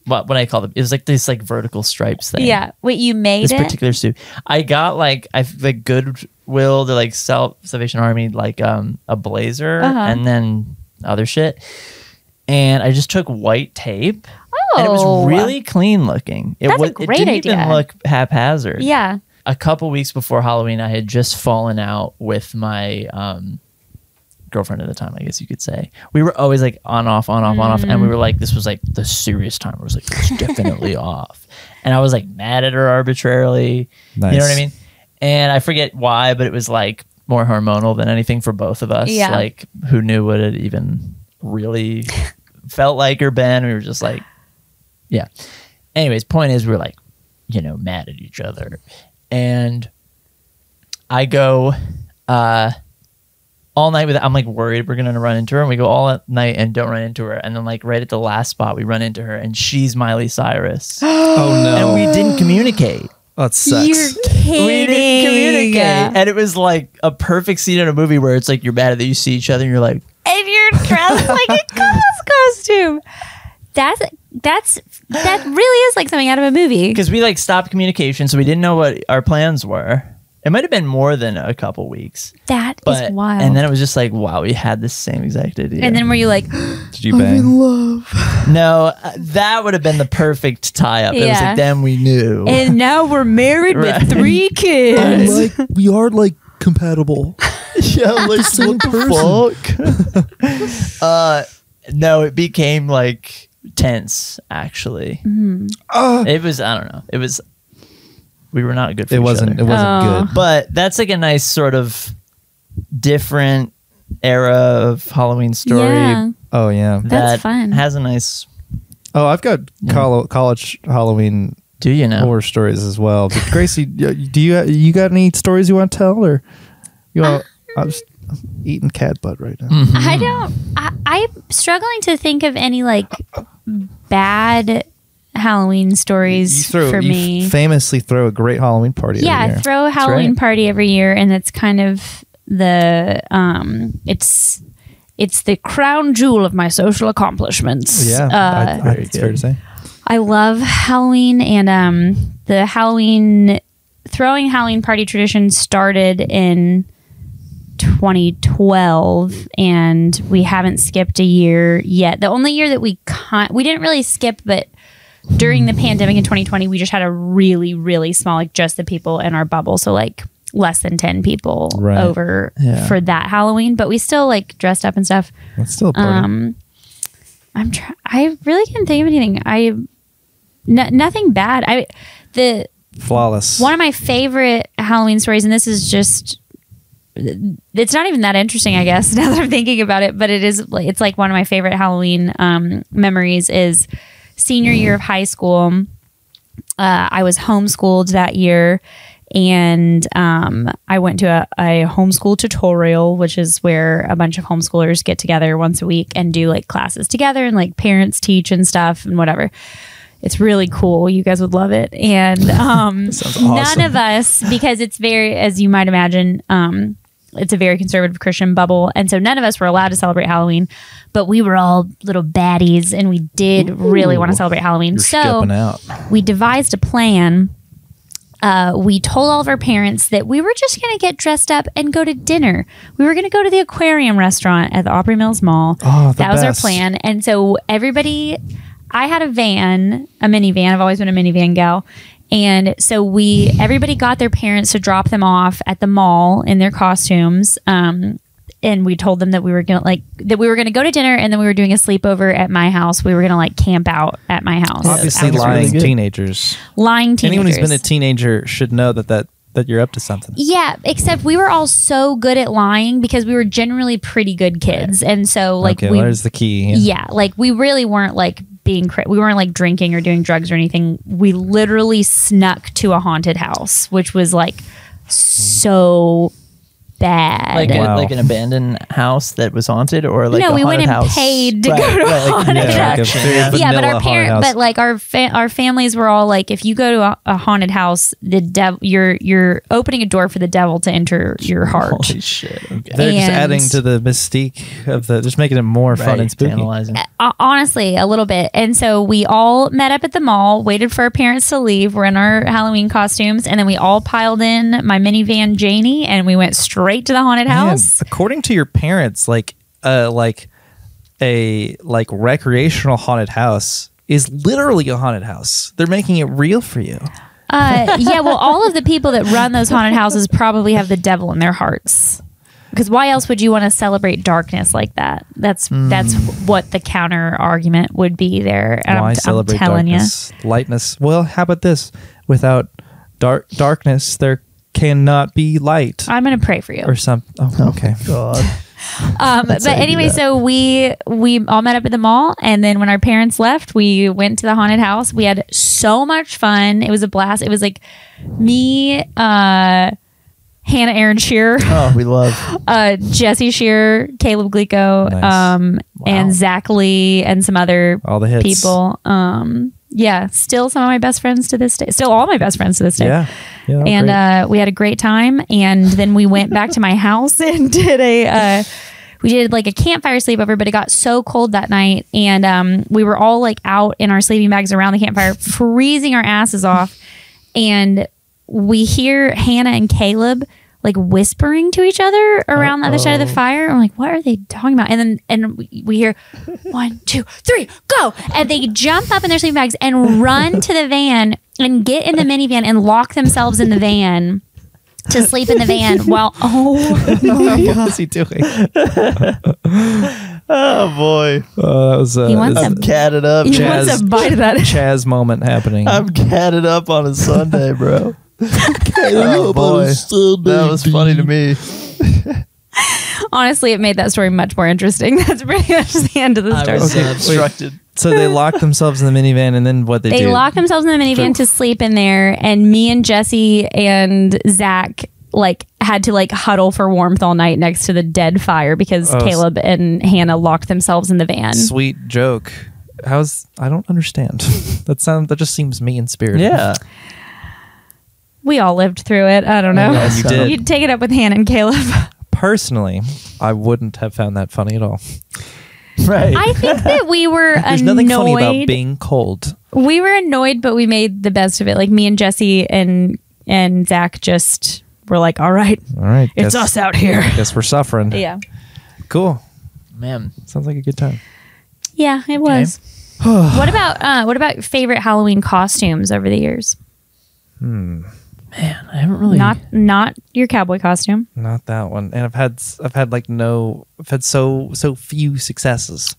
Speaker 2: What when I call it, it was like this like vertical stripes thing.
Speaker 3: yeah. Wait, you made
Speaker 2: This
Speaker 3: it?
Speaker 2: particular suit. I got like I f- like goodwill to like self Salvation Army like um a blazer
Speaker 3: Uh-huh.
Speaker 2: and then other shit. And I just took white tape
Speaker 3: oh.
Speaker 2: and it was really clean looking. It
Speaker 3: That's a
Speaker 2: was
Speaker 3: great
Speaker 2: it didn't even
Speaker 3: idea.
Speaker 2: look haphazard
Speaker 3: Yeah.
Speaker 2: a couple weeks before Halloween, I had just fallen out with my um, girlfriend at the time, I guess you could say. We were always like on, off, on, off, on, off. And we were like, this was like the serious time. I was like, it's definitely off. And I was like mad at her arbitrarily. You know what I
Speaker 1: Nice.
Speaker 2: mean? And I forget why, but it was like more hormonal than anything for both of us.
Speaker 3: Yeah.
Speaker 2: Like, who knew what it even really felt like or been? We were just like, yeah. Anyways, point is, we were like, you know, mad at each other. And I go uh, all night with. I'm like worried we're gonna run into her, and we go all night and don't run into her. And then like right at the last spot, we run into her, and she's Miley Cyrus,
Speaker 1: Oh
Speaker 2: and
Speaker 1: no,
Speaker 2: we didn't communicate.
Speaker 1: oh, it sucks.
Speaker 3: You're kidding.
Speaker 2: We didn't communicate, and it was like a perfect scene in a movie where it's like you're mad that you see each other, and you're like,
Speaker 3: And you're dressed like a girl's costume. That's that's that really is like something out of a movie.
Speaker 2: because we like stopped communication, so we didn't know what our plans were. It might have been more than a couple weeks,
Speaker 3: That is
Speaker 2: but
Speaker 3: wild.
Speaker 2: and then it was just like, wow, we had the same exact idea.
Speaker 3: And then were you like,
Speaker 1: Did you bang?
Speaker 2: No, uh, that would have been the perfect tie up. It was
Speaker 3: Yeah.
Speaker 2: like then we knew.
Speaker 5: And now we're married
Speaker 2: Right.
Speaker 5: with three kids.
Speaker 1: like we are like compatible.
Speaker 2: yeah, like
Speaker 1: same
Speaker 2: the fuck? uh, no, it became like tense. Actually, it was. I don't know. It was. We were not good. For
Speaker 1: It
Speaker 2: each
Speaker 1: wasn't.
Speaker 2: other.
Speaker 1: It wasn't
Speaker 3: Oh.
Speaker 1: good.
Speaker 2: But that's like a nice sort of different era of Halloween story.
Speaker 3: yeah,
Speaker 1: Oh yeah.
Speaker 3: That's
Speaker 2: that
Speaker 3: fun.
Speaker 2: Has a nice.
Speaker 1: Oh, I've got col- college Halloween
Speaker 2: Do you know?
Speaker 1: horror stories as well. But Gracie, y- do you you got any stories you want to tell, or you
Speaker 3: Uh,
Speaker 1: want? I'm just eating cat butt right now.
Speaker 3: I don't. I, I'm struggling to think of any like bad Halloween stories for
Speaker 1: you
Speaker 3: me.
Speaker 1: famously throw a great Halloween party.
Speaker 3: yeah,
Speaker 1: every
Speaker 3: I
Speaker 1: year.
Speaker 3: throw a Halloween
Speaker 2: right.
Speaker 3: party every year, and that's kind of the um, it's it's the crown jewel of my social accomplishments.
Speaker 1: yeah.
Speaker 3: uh,
Speaker 1: I, I, it's fair to say.
Speaker 3: I love Halloween and um the Halloween throwing Halloween party tradition started in 2012 and we haven't skipped a year yet. The only year that we con- we didn't really skip but during the pandemic in 2020 we just had a really really small like just the people in our bubble so like less than 10 people
Speaker 1: Right.
Speaker 3: over
Speaker 2: Yeah.
Speaker 3: for that Halloween but we still like dressed up and stuff.
Speaker 1: It's still a party.
Speaker 3: Um, I'm try- I really can't think of anything. I no, nothing bad. I the
Speaker 1: Flawless.
Speaker 3: one of my favorite Halloween stories, and this is just it's not even that interesting, I guess, now that I'm thinking about it, but it is it's like one of my favorite Halloween um, memories is senior year of high school. Uh, I was homeschooled that year and um, I went to a, a homeschool tutorial, which is where a bunch of homeschoolers get together once a week and do like classes together and like parents teach and stuff and whatever. It's really cool. You guys would love it. And um,
Speaker 1: awesome.
Speaker 3: none of us, because it's very, as you might imagine, um, it's a very conservative Christian bubble. And so none of us were allowed to celebrate Halloween, but we were all little baddies and we did really want to celebrate Halloween.
Speaker 1: You're
Speaker 3: so
Speaker 1: skipping out.
Speaker 3: we devised a plan. Uh, we told all of our parents that we were just going to get dressed up and go to dinner. We were going to go to the aquarium restaurant at the Opry Mills Mall.
Speaker 1: Oh, the
Speaker 3: that was our
Speaker 1: best.
Speaker 3: plan. And so everybody, I had a van, a minivan. I've always been a minivan gal. And so we, everybody got their parents to drop them off at the mall in their costumes. Um, and we told them that we were gonna like that we were gonna go to dinner, and then we were doing a sleepover at my house. We were gonna like camp out at my house.
Speaker 1: Obviously,
Speaker 3: afterwards
Speaker 1: lying
Speaker 2: really good.
Speaker 1: teenagers.
Speaker 3: lying teenagers.
Speaker 1: Anyone who's been a teenager should know that that that you're up to something.
Speaker 3: yeah, except we were all so good at lying because we were generally pretty good kids, and so like
Speaker 1: okay,
Speaker 3: we,
Speaker 1: there's the key.
Speaker 3: yeah. like we really weren't like being cra- we weren't like drinking or doing drugs or anything. We literally snuck to a haunted house, which was like so bad.
Speaker 2: like
Speaker 1: Wow.
Speaker 2: a, like an abandoned house that was haunted, or like
Speaker 3: No,
Speaker 2: a
Speaker 3: we went
Speaker 2: haunted
Speaker 3: and
Speaker 2: house?
Speaker 3: paid to go to a haunted
Speaker 2: yeah,
Speaker 1: house.
Speaker 2: attraction,
Speaker 1: Like a
Speaker 2: yeah.
Speaker 1: very
Speaker 3: yeah,
Speaker 1: vanilla
Speaker 3: but our
Speaker 1: haunted
Speaker 3: parent,
Speaker 1: house.
Speaker 3: but like our fa- our families were all like, if you go to a, a haunted house, the devil, you're you're opening a door for the devil to enter your heart.
Speaker 2: Holy shit! Okay.
Speaker 1: They're just
Speaker 3: And-
Speaker 1: adding to the mystique of the, just making it more fun and spooky.
Speaker 2: Analyzing.
Speaker 3: Uh, honestly, a little bit. And so we all met up at the mall, waited for our parents to leave. We're in our Halloween costumes, and then we all piled in my minivan, Janie, and we went straight to the haunted
Speaker 1: Man,
Speaker 3: house.
Speaker 1: according to your parents, like uh like a like recreational haunted house is literally a haunted house. They're making it real for you.
Speaker 3: Uh, yeah, well, all of the people that run those haunted houses probably have the devil in their hearts. Because why else would you want to celebrate darkness like that? That's that's what the counter argument would be there. And
Speaker 1: Mm. Why
Speaker 3: I'm,
Speaker 1: celebrate
Speaker 3: I'm telling
Speaker 1: darkness? Lightness. Well, how about this? Without dark darkness, there cannot be light.
Speaker 3: you, I'm going to pray for you.
Speaker 1: or something. Oh, okay.
Speaker 2: God.
Speaker 3: Um, but
Speaker 2: how you do
Speaker 3: anyway,
Speaker 2: that.
Speaker 3: so we we all met up at the mall, and then when our parents left, we went to the haunted house. We had so much fun. It was a blast. It was like me, uh, Hannah Aaron Shearer,
Speaker 2: Oh, we love.
Speaker 3: uh, Jesse Shearer, Caleb Glico,
Speaker 1: Nice.
Speaker 3: um,
Speaker 2: Wow.
Speaker 3: and Zach Lee, and some other
Speaker 1: All the hits.
Speaker 3: people. Um, yeah, still some of my best friends to this day. Still all my best friends to this day
Speaker 1: Yeah. yeah Oh,
Speaker 3: and
Speaker 1: great.
Speaker 3: uh, we had a great time. And then we went back to my house and did a uh, we did like a campfire sleepover. But it got so cold that night, and um, we were all like out in our sleeping bags around the campfire, freezing our asses off. And we hear Hannah and Caleb like whispering to each other around the other side of the fire. I'm like, what are they talking about? And then and we, we hear one, two, three, go. And they jump up in their sleeping bags and run to the van and get in the minivan and lock themselves in the van to sleep in the van while oh
Speaker 1: what is he doing?
Speaker 2: Oh boy,
Speaker 1: Uh, that was uh,
Speaker 3: He wants
Speaker 1: that
Speaker 3: a-
Speaker 1: was
Speaker 2: I'm catted up.
Speaker 1: He wants
Speaker 2: Chaz.
Speaker 1: a-
Speaker 5: bite of that.
Speaker 1: Chaz moment happening.
Speaker 2: I'm catted up on a Sunday, bro. oh boy, that was funny to me.
Speaker 3: honestly it made that story much more interesting. That's pretty much the end of the
Speaker 2: I
Speaker 3: story.
Speaker 2: was
Speaker 1: Okay,
Speaker 2: uh,
Speaker 1: wait.
Speaker 2: obstructed.
Speaker 1: so they locked themselves in the minivan, and then what they,
Speaker 3: They
Speaker 1: did?
Speaker 3: locked themselves in the minivan to sleep in there, and me and Jesse and Zach like had to like huddle for warmth all night next to the dead fire because
Speaker 1: Oh, s-
Speaker 3: Caleb and Hannah locked themselves in the van.
Speaker 1: Sweet joke. How's I don't understand. that sound that just seems mean spirited.
Speaker 2: Yeah,
Speaker 3: We all lived through it. I
Speaker 2: Oh,
Speaker 3: don't know.
Speaker 1: Yeah, you did.
Speaker 3: You'd take it up with Hannah and Caleb.
Speaker 1: Personally, I wouldn't have found that funny at all.
Speaker 2: right.
Speaker 3: I think that we were
Speaker 1: There's
Speaker 3: annoyed.
Speaker 1: nothing funny about being cold.
Speaker 3: we were annoyed, but we made the best of it. Like me and Jesse and and Zach just were like, "All right,
Speaker 1: All right,
Speaker 5: It's
Speaker 1: guess,
Speaker 5: us out here.
Speaker 1: Guess we're suffering.
Speaker 3: yeah,
Speaker 1: Cool.
Speaker 2: Man,
Speaker 1: Sounds like a good time.
Speaker 3: yeah, it was." what about uh, what about favorite Halloween costumes over the years?
Speaker 2: man, I haven't really.
Speaker 3: Not not your cowboy costume.
Speaker 1: Not that one. And I've had I've had like no I've had so so few successes.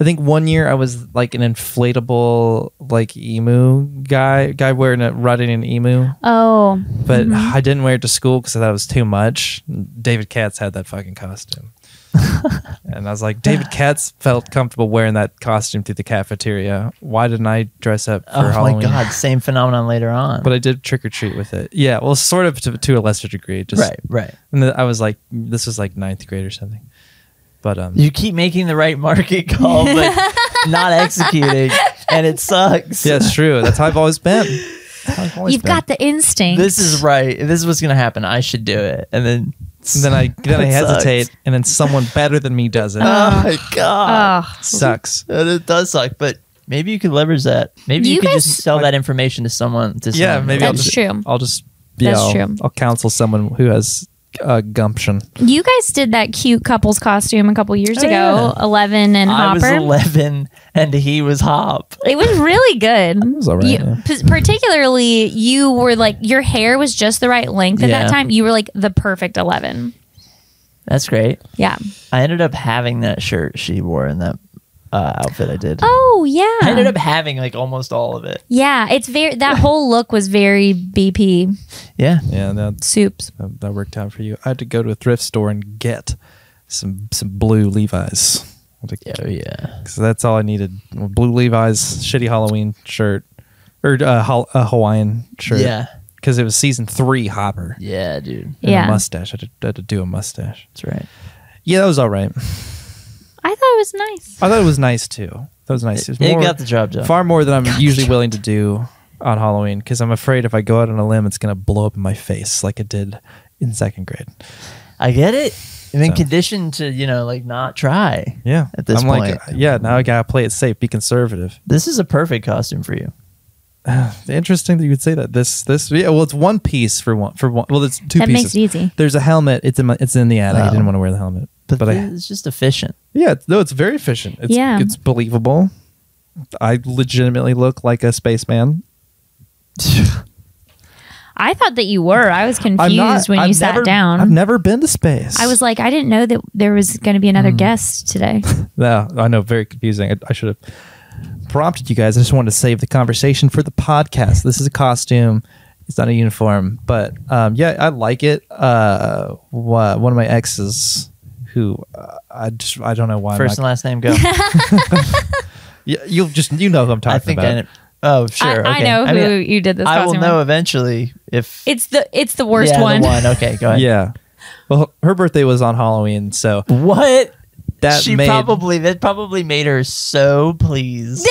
Speaker 1: I think one year I was like an inflatable like emu guy guy wearing a riding an emu,
Speaker 3: Oh,
Speaker 1: but
Speaker 2: Mm-hmm.
Speaker 1: I didn't wear it to school because I thought it was too much. David Katz had that fucking costume. and I was like, David Katz felt comfortable wearing that costume through the cafeteria. Why didn't I dress up for
Speaker 2: oh
Speaker 1: Halloween?
Speaker 2: my god, same phenomenon later on.
Speaker 1: But I did trick or treat with it. Yeah, well, sort of to, to a lesser degree. Just
Speaker 2: right, right.
Speaker 1: and then I was like, this was like ninth grade or something. But um,
Speaker 2: You keep making the right market call, but not executing, and it sucks.
Speaker 1: yeah, it's true. That's how I've always been. I've always
Speaker 3: you've
Speaker 1: been.
Speaker 3: got the instinct.
Speaker 2: This is right. This is what's gonna happen. I should do it, and then
Speaker 1: And then I then I
Speaker 2: That sucks.
Speaker 1: hesitate, and then someone better than me does it.
Speaker 2: Oh my god,
Speaker 3: Ugh.
Speaker 1: Sucks.
Speaker 2: And it does suck. But maybe you could leverage that. Maybe Oh. you,
Speaker 3: You
Speaker 2: could
Speaker 3: guys-
Speaker 2: just sell that information to someone. To
Speaker 1: Yeah,
Speaker 2: someone.
Speaker 1: maybe I'll
Speaker 3: That's
Speaker 1: just
Speaker 3: true.
Speaker 1: I'll just yeah,
Speaker 3: That's
Speaker 1: I'll,
Speaker 3: true.
Speaker 1: I'll counsel someone who has uh, gumption.
Speaker 3: You guys did that cute couples costume a couple years
Speaker 2: Oh,
Speaker 3: ago. Eleven and
Speaker 2: I was
Speaker 3: Hopper.
Speaker 2: eleven, and he was Hop.
Speaker 3: It was really good. It
Speaker 1: was all right, yeah.
Speaker 3: particularly, you were like your hair was just the right length at
Speaker 2: Yeah.
Speaker 3: that time. You were like the perfect eleven.
Speaker 2: That's great.
Speaker 3: Yeah.
Speaker 2: I ended up having that shirt she wore in that uh, outfit I did.
Speaker 3: Oh
Speaker 2: I ended
Speaker 3: yeah.
Speaker 2: up having like almost all of it.
Speaker 3: Yeah. It's very that whole look was very BP
Speaker 2: Yeah.
Speaker 1: Yeah, that
Speaker 3: soups.
Speaker 1: that that worked out for you. I had to go to a thrift store and get some some blue Levi's. I had to
Speaker 2: Oh yeah.
Speaker 1: So that's all I needed. Blue Levi's, shitty Halloween shirt, or uh, Hol- a uh, Hawaiian shirt.
Speaker 2: Yeah.
Speaker 1: because it was season three Hopper.
Speaker 2: Yeah, dude.
Speaker 1: And
Speaker 3: Yeah.
Speaker 1: a mustache. I had, to, I had to do a mustache.
Speaker 2: That's right.
Speaker 1: Yeah, that was all right.
Speaker 3: I thought it was nice.
Speaker 1: I thought it was nice too. That was nice.
Speaker 2: It
Speaker 1: more-
Speaker 2: got the job done.
Speaker 1: far more than I'm usually willing to do on Halloween because I'm afraid if I go out on a limb, it's going to blow up in my face like it did in second grade.
Speaker 2: I get it. I've been
Speaker 1: So.
Speaker 2: conditioned to, you know, like not try.
Speaker 1: Yeah.
Speaker 2: At this
Speaker 1: I'm
Speaker 2: point.
Speaker 1: like, uh, yeah, now I got to play it safe, be conservative.
Speaker 2: This is a perfect costume for you.
Speaker 1: Interesting that you would say that. This, this, yeah, well, it's one piece for one, for one. Well, it's two
Speaker 3: That
Speaker 1: pieces.
Speaker 3: makes it easy.
Speaker 1: There's a helmet. It's in my, it's in the attic. I
Speaker 2: Wow.
Speaker 1: didn't want to wear the helmet,
Speaker 2: But,
Speaker 1: but, I,
Speaker 2: it's just efficient.
Speaker 1: yeah, it's- no, it's very efficient. It's,
Speaker 3: Yeah.
Speaker 1: It's believable. I legitimately look like a spaceman.
Speaker 3: I thought that you were. I was confused when you
Speaker 1: I've
Speaker 3: sat
Speaker 1: never-
Speaker 3: down.
Speaker 1: I've never been to space.
Speaker 3: I was like, I didn't know that there was going to be another guest today.
Speaker 1: No, I know, very confusing. I, I should have prompted you guys. I just wanted to save the conversation for the podcast. This is a costume. It's not a uniform, but um, yeah, I like it. Uh, wha- one of my exes, who uh, I just I don't know why. I'm
Speaker 2: First and
Speaker 1: not-
Speaker 2: last name go.
Speaker 1: Yeah, you'll just you know who I'm talking
Speaker 2: I think
Speaker 1: about.
Speaker 2: I Oh, sure.
Speaker 3: I,
Speaker 2: okay.
Speaker 3: I know who
Speaker 2: mean,
Speaker 3: you did this.
Speaker 2: I will
Speaker 3: costume
Speaker 2: know
Speaker 3: with.
Speaker 2: eventually if
Speaker 3: It's the it's the worst
Speaker 2: yeah, the
Speaker 3: one.
Speaker 2: one. Okay, go ahead.
Speaker 1: yeah. Well, her birthday was on Halloween, so
Speaker 2: What?
Speaker 1: that
Speaker 2: she
Speaker 1: made
Speaker 2: probably that probably made her so pleased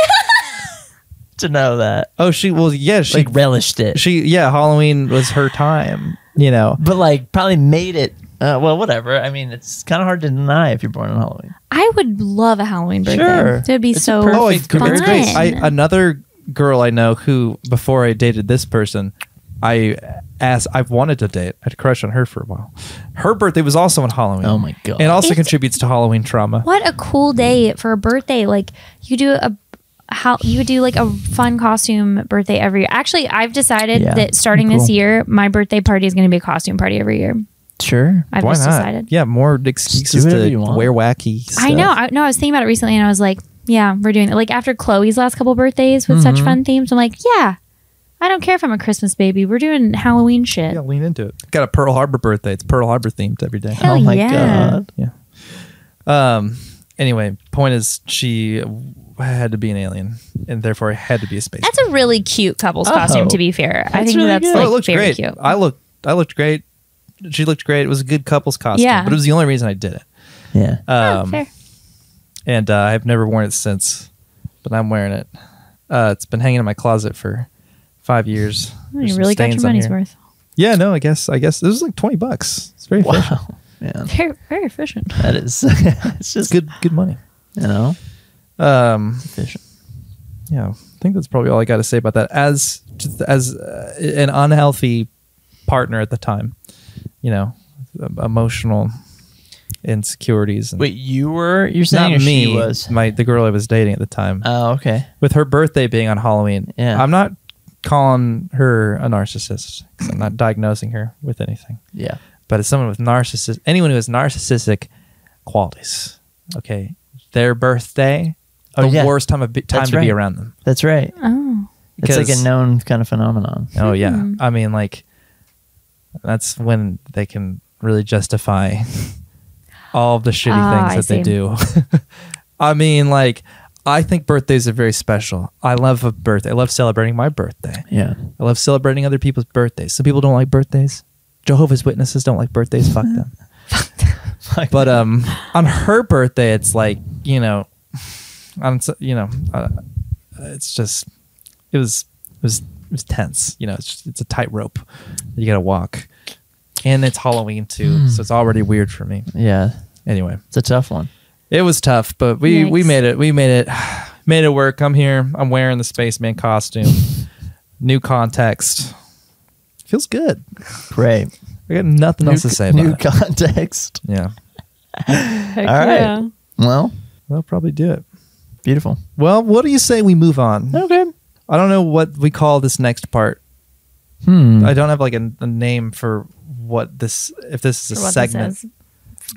Speaker 2: to know that.
Speaker 1: oh she well yeah she
Speaker 2: Like relished it.
Speaker 1: she yeah Halloween was her time you know
Speaker 2: but like probably made it uh, well, whatever. I mean, it's kind of hard to deny if you're born on Halloween.
Speaker 3: I would love a Halloween birthday.
Speaker 1: Sure.
Speaker 3: It would be
Speaker 2: It's a
Speaker 3: so.
Speaker 2: perfect
Speaker 1: Oh,
Speaker 2: Perfect
Speaker 1: it's, gr- it's great.
Speaker 3: combination.
Speaker 1: I, another girl I know who, before I dated this person, I asked, I've wanted to date. I had a crush on her for a while. Her birthday was also on Halloween.
Speaker 2: Oh my God.
Speaker 1: It also
Speaker 3: It's-
Speaker 1: contributes to Halloween trauma.
Speaker 3: what a cool day for a birthday! Like you do a how you would do like a fun costume birthday every year. Actually, I've decided
Speaker 2: Yeah.
Speaker 3: that starting this
Speaker 2: Cool.
Speaker 3: year, my birthday party is going to be a costume party every year.
Speaker 2: Sure.
Speaker 3: I've
Speaker 1: Why
Speaker 3: just
Speaker 1: not?
Speaker 3: decided.
Speaker 1: Yeah, more excuses
Speaker 2: whatever
Speaker 1: to
Speaker 2: you want.
Speaker 1: wear wacky stuff.
Speaker 3: I know. I, no, I was thinking about it recently, and I was like, "Yeah, we're doing it." Like after Chloe's last couple birthdays with
Speaker 1: Mm-hmm.
Speaker 3: such fun themes, I'm like, "Yeah, I don't care if I'm a Christmas baby. We're doing Halloween shit."
Speaker 1: Yeah, lean into it. Got a Pearl Harbor birthday. It's Pearl Harbor themed every day.
Speaker 3: Hell
Speaker 2: oh my
Speaker 3: yeah.
Speaker 2: god.
Speaker 1: Yeah. Um. Anyway, point is, she had to be an alien, and therefore I had to be a space.
Speaker 3: That's a really cute couple's
Speaker 2: Oh,
Speaker 3: costume. To be fair, I
Speaker 2: that's
Speaker 3: think
Speaker 2: really
Speaker 3: that's
Speaker 2: good.
Speaker 1: Oh,
Speaker 3: like
Speaker 1: it looked
Speaker 3: very
Speaker 1: great.
Speaker 3: cute.
Speaker 1: I looked, I looked great. She looked great. It was a good couple's costume,
Speaker 3: Yeah.
Speaker 1: but it was the only reason I did it.
Speaker 2: Yeah.
Speaker 3: Oh,
Speaker 1: Um,
Speaker 3: fair.
Speaker 1: and uh, I've never worn it since, but I'm wearing it. Uh, it's been hanging in my closet for five years. There's
Speaker 3: You
Speaker 1: some
Speaker 3: really got your
Speaker 1: stains on
Speaker 3: money's
Speaker 1: here.
Speaker 3: worth.
Speaker 1: Yeah, no, I guess, I guess this was like twenty bucks. It's very efficient.
Speaker 2: Wow. Yeah.
Speaker 3: Very, very efficient.
Speaker 2: That is it's
Speaker 1: It's
Speaker 2: just
Speaker 1: good, good money.
Speaker 2: you know,
Speaker 1: Um,
Speaker 2: efficient.
Speaker 1: yeah, I think that's probably all I got to say about that. As as uh, an unhealthy partner at the time, you know, um, emotional insecurities. And
Speaker 2: Wait, you were you're saying
Speaker 1: not
Speaker 2: or
Speaker 1: me
Speaker 2: she was?
Speaker 1: my the girl I was dating at the time
Speaker 2: Oh, okay.
Speaker 1: with her birthday being on Halloween.
Speaker 2: Yeah.
Speaker 1: I'm not calling her a narcissist 'cause I'm not diagnosing her with anything,
Speaker 2: Yeah.
Speaker 1: but it's someone with narcissist anyone who has narcissistic qualities. Okay, their birthday,
Speaker 2: Oh,
Speaker 1: the
Speaker 2: yeah.
Speaker 1: worst time of be, time
Speaker 2: That's
Speaker 1: to be
Speaker 2: right.
Speaker 1: around them.
Speaker 2: That's right.
Speaker 3: Oh,
Speaker 2: it's like
Speaker 1: Because-
Speaker 2: a known kind of phenomenon.
Speaker 1: Oh yeah,
Speaker 3: Mm-hmm.
Speaker 1: I mean like that's when they can really justify all of the shitty
Speaker 3: Ah,
Speaker 1: things that
Speaker 3: I
Speaker 1: they do. I mean like I think birthdays are very special. I love a birthday. I love celebrating my birthday.
Speaker 2: Yeah.
Speaker 1: I love celebrating other people's birthdays. Some people don't like birthdays. Jehovah's Witnesses don't like birthdays.
Speaker 3: Mm-hmm.
Speaker 1: Fuck them.
Speaker 2: Fuck.
Speaker 1: But um, on her birthday, it's like you know, on so- you know, uh, it's just it was it was it was tense. You know, it's just, it's a tightrope that you got to walk, and it's Halloween too,
Speaker 2: Hmm.
Speaker 1: so it's already weird for me.
Speaker 2: yeah.
Speaker 1: Anyway,
Speaker 2: It's a tough one.
Speaker 1: it was tough, but we we
Speaker 3: Yikes.
Speaker 1: made it. We made it. Made it work. I'm here. I'm wearing the spaceman costume. New context. Feels good.
Speaker 2: Great.
Speaker 1: I got nothing else to
Speaker 2: New-
Speaker 1: say
Speaker 2: new
Speaker 1: about it.
Speaker 2: context.
Speaker 1: Yeah,
Speaker 2: All right. Well,
Speaker 1: that'll probably do it.
Speaker 2: beautiful.
Speaker 1: Well, what do you say we move on?
Speaker 2: Okay.
Speaker 1: I don't know what we call this next part.
Speaker 2: Hmm.
Speaker 1: I don't have like a, a name for what this if this is a segment.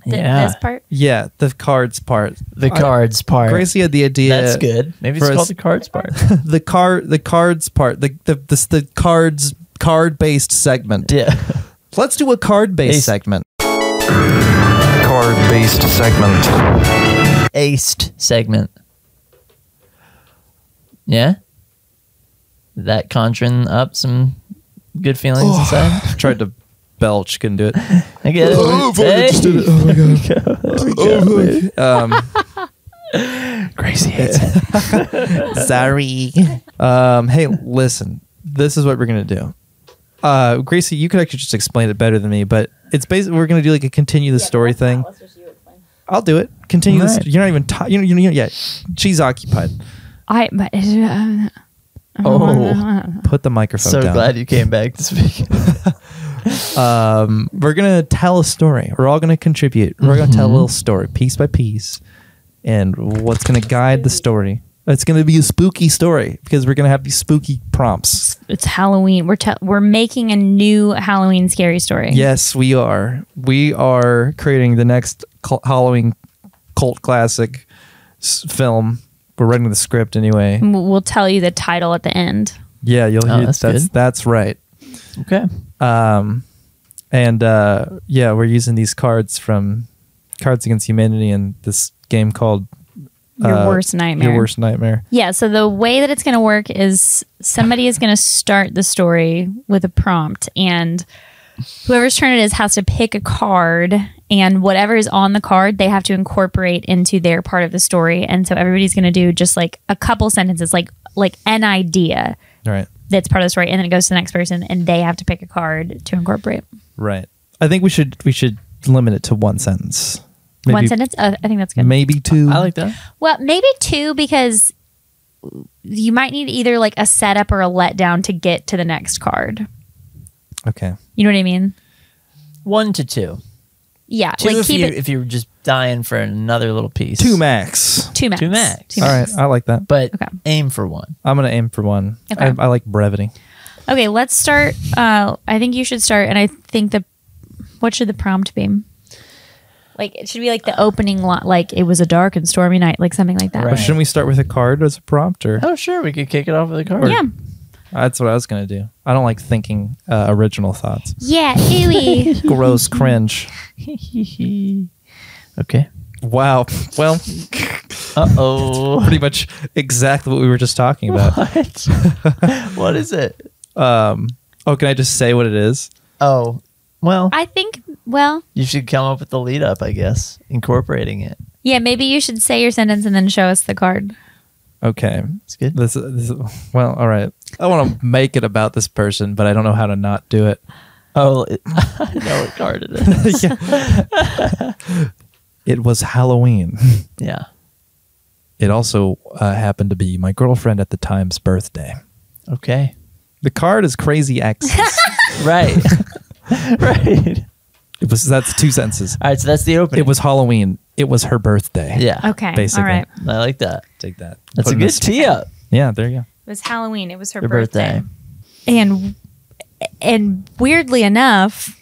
Speaker 2: Yeah.
Speaker 3: This part.
Speaker 1: Yeah, the cards part.
Speaker 2: the
Speaker 1: I-
Speaker 2: cards part.
Speaker 1: Gracie had the idea.
Speaker 2: That's good. Maybe it's
Speaker 1: For
Speaker 2: called
Speaker 1: us-
Speaker 2: the cards part.
Speaker 1: the car the cards part. The the the, the cards card based segment.
Speaker 2: yeah.
Speaker 1: Let's do a card based
Speaker 2: Ace.
Speaker 1: segment.
Speaker 6: card based segment.
Speaker 2: Aced segment. Yeah. That conjuring up some good feelings inside?
Speaker 1: Tried to belch, couldn't do it.
Speaker 2: I get it. Hey.
Speaker 1: Oh my god.
Speaker 2: Gracie hates it.
Speaker 1: Sorry. Uh, Um, hey, listen. This is what we're gonna do. Uh, Gracie, you could actually just explain it better than me, but it's basically we're gonna do like a continue the story thing. I'll do it. Continue this.
Speaker 2: Alright.
Speaker 1: You're not even. T- you know. You know. Yeah. She's occupied.
Speaker 5: I but
Speaker 3: um,
Speaker 2: Oh,
Speaker 1: Put the microphone
Speaker 2: so
Speaker 1: down.
Speaker 2: glad you came back to speak.
Speaker 1: Um, we're gonna tell a story. We're all gonna contribute. We're gonna tell a
Speaker 2: Mm-hmm.
Speaker 1: little story, piece by piece, and what's gonna guide the story. It's gonna be a spooky story because we're gonna have these spooky prompts.
Speaker 3: It's Halloween. We're te- we're making a new Halloween scary story.
Speaker 1: Yes, we are. We are creating the next cult- Halloween cult classic s- film. We're writing the script anyway.
Speaker 3: And We'll we'll tell you the title at the end.
Speaker 1: Yeah, you'll
Speaker 2: Oh,
Speaker 1: hear
Speaker 2: that's
Speaker 1: that's that's,
Speaker 2: good.
Speaker 1: right.
Speaker 2: okay.
Speaker 1: And uh, yeah, we're using these cards from Cards Against Humanity and this game called
Speaker 3: Your
Speaker 1: Uh,
Speaker 3: worst nightmare.
Speaker 1: Your Worst Nightmare.
Speaker 3: Yeah. So the way that it's going to work is somebody is going to start the story with a prompt, and whoever's turn it is has to pick a card, and whatever is on the card, they have to incorporate into their part of the story. And so everybody's going to do just like a couple sentences, like like an idea
Speaker 1: Right.
Speaker 3: that's part of the story, and then it goes to the next person, and they have to pick a card to incorporate.
Speaker 1: Right. I think we should we should limit it to one sentence. Maybe,
Speaker 3: One sentence. Uh, I think that's good.
Speaker 1: Maybe two.
Speaker 2: I like that.
Speaker 3: Well, maybe two because you might need either like a setup or a letdown to get to the next card.
Speaker 1: Okay.
Speaker 3: You know what I mean?
Speaker 2: One to two.
Speaker 3: Yeah,
Speaker 2: Two
Speaker 3: like
Speaker 2: if,
Speaker 3: keep
Speaker 2: you,
Speaker 3: it
Speaker 2: if you're just dying for another little piece.
Speaker 1: Two max.
Speaker 3: two max.
Speaker 2: two max.
Speaker 3: Two
Speaker 1: All right. I like that.
Speaker 2: But
Speaker 3: Okay.
Speaker 2: aim for one.
Speaker 1: I'm gonna aim for one.
Speaker 3: Okay.
Speaker 1: I, I like brevity.
Speaker 3: Okay, let's start. Uh, I think you should start, and I think the what should the prompt be? Like it should be like the opening lot, like it was a dark and stormy night, like something like that.
Speaker 1: But shouldn't we start with a card as a prompt? Or
Speaker 2: Oh, sure. We could kick it off with a card.
Speaker 3: Yeah,
Speaker 1: that's what I was gonna do. I don't like thinking uh, original thoughts.
Speaker 3: yeah, ewy.
Speaker 1: Gross, cringe.
Speaker 2: Okay.
Speaker 1: Wow. Well,
Speaker 2: Uh oh.
Speaker 1: pretty much exactly what we were just talking about.
Speaker 2: what? what is it?
Speaker 1: Oh, can I just say what it is?
Speaker 2: Oh, well,
Speaker 3: I think. Well,
Speaker 2: you should come up with the lead up, I guess, incorporating it.
Speaker 3: yeah, maybe you should say your sentence and then show us the card.
Speaker 1: Okay.
Speaker 2: It's good.
Speaker 1: This, this well, all right. I want to make it about this person, but I don't know how to not do it.
Speaker 2: Oh, it, I know what card it is.
Speaker 1: It was Halloween.
Speaker 2: yeah.
Speaker 1: It also uh, happened to be my girlfriend at the time's birthday.
Speaker 2: Okay.
Speaker 1: The card is crazy axis.
Speaker 2: Right. right.
Speaker 1: it was that's two sentences.
Speaker 2: All right. So that's the opening.
Speaker 1: It was Halloween. It was her birthday.
Speaker 2: Yeah.
Speaker 3: Okay,
Speaker 1: Basically.
Speaker 3: all right.
Speaker 2: I like that.
Speaker 1: Take that.
Speaker 2: That's
Speaker 1: Put
Speaker 2: a
Speaker 1: in
Speaker 2: good
Speaker 1: this-
Speaker 2: tee up.
Speaker 1: Yeah, there you go.
Speaker 3: It was Halloween. It was her
Speaker 2: Your
Speaker 3: birthday.
Speaker 2: birthday.
Speaker 3: And and weirdly enough,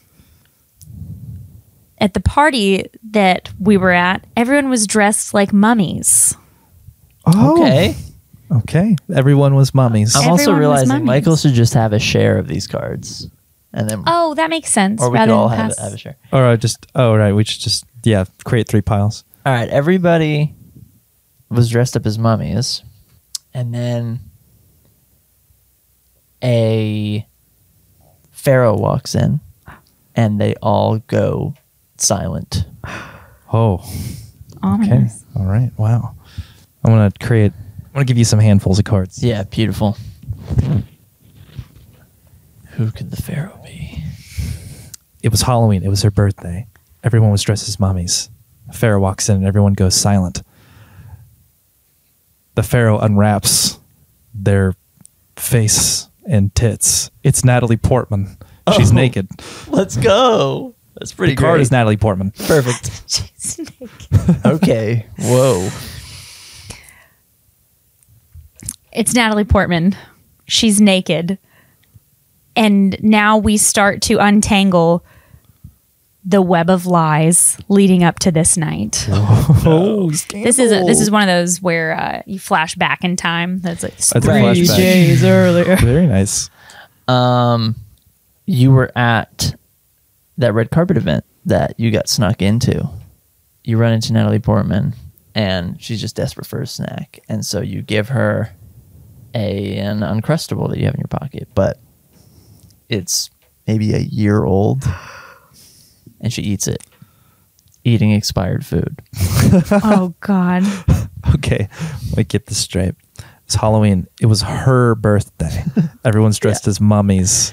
Speaker 3: at the party that we were at, everyone was dressed like mummies.
Speaker 1: Oh,
Speaker 2: Okay.
Speaker 1: Okay. Everyone was mummies.
Speaker 2: I'm also
Speaker 3: Everyone was
Speaker 2: realizing
Speaker 3: mummies.
Speaker 2: Michael should just have a share of these cards, and then
Speaker 3: Oh, that makes sense.
Speaker 2: or we could
Speaker 3: rather
Speaker 2: all
Speaker 3: than
Speaker 2: have,
Speaker 3: pass-
Speaker 2: have a share.
Speaker 1: All right, just oh right, we should just yeah create three piles.
Speaker 2: All right. Everybody was dressed up as mummies, and then a pharaoh walks in, and they all go silent.
Speaker 1: Oh, okay.
Speaker 3: ominous.
Speaker 1: All right. Wow. I'm gonna create. I'm gonna give you some handfuls of cards.
Speaker 2: Yeah, beautiful. Who could the pharaoh be?
Speaker 1: It was Halloween. It was her birthday. Everyone was dressed as mummies. A pharaoh walks in and everyone goes silent. The pharaoh unwraps their face and tits. It's Natalie Portman. She's
Speaker 2: Oh.
Speaker 1: naked.
Speaker 2: Let's go. That's pretty
Speaker 1: The card
Speaker 2: great.
Speaker 1: is Natalie Portman.
Speaker 2: perfect.
Speaker 3: She's naked.
Speaker 2: okay. Whoa.
Speaker 3: It's Natalie Portman. She's naked. And now we start to untangle the web of lies leading up to this night.
Speaker 1: Oh,
Speaker 3: This is a, this is one of those where uh, you flash back in time. That's like
Speaker 1: That's a
Speaker 2: Right.
Speaker 1: flashback.
Speaker 5: days earlier.
Speaker 1: Very nice.
Speaker 2: Um, you were at that red carpet event that you got snuck into. You run into Natalie Portman, and she's just desperate for a snack, and so you give her a an uncrustable that you have in your pocket, but it's maybe a year old, and she eats it, eating expired food.
Speaker 5: oh God.
Speaker 1: Okay, let me get this straight. It's Halloween. It was her birthday. Everyone's dressed as mummies.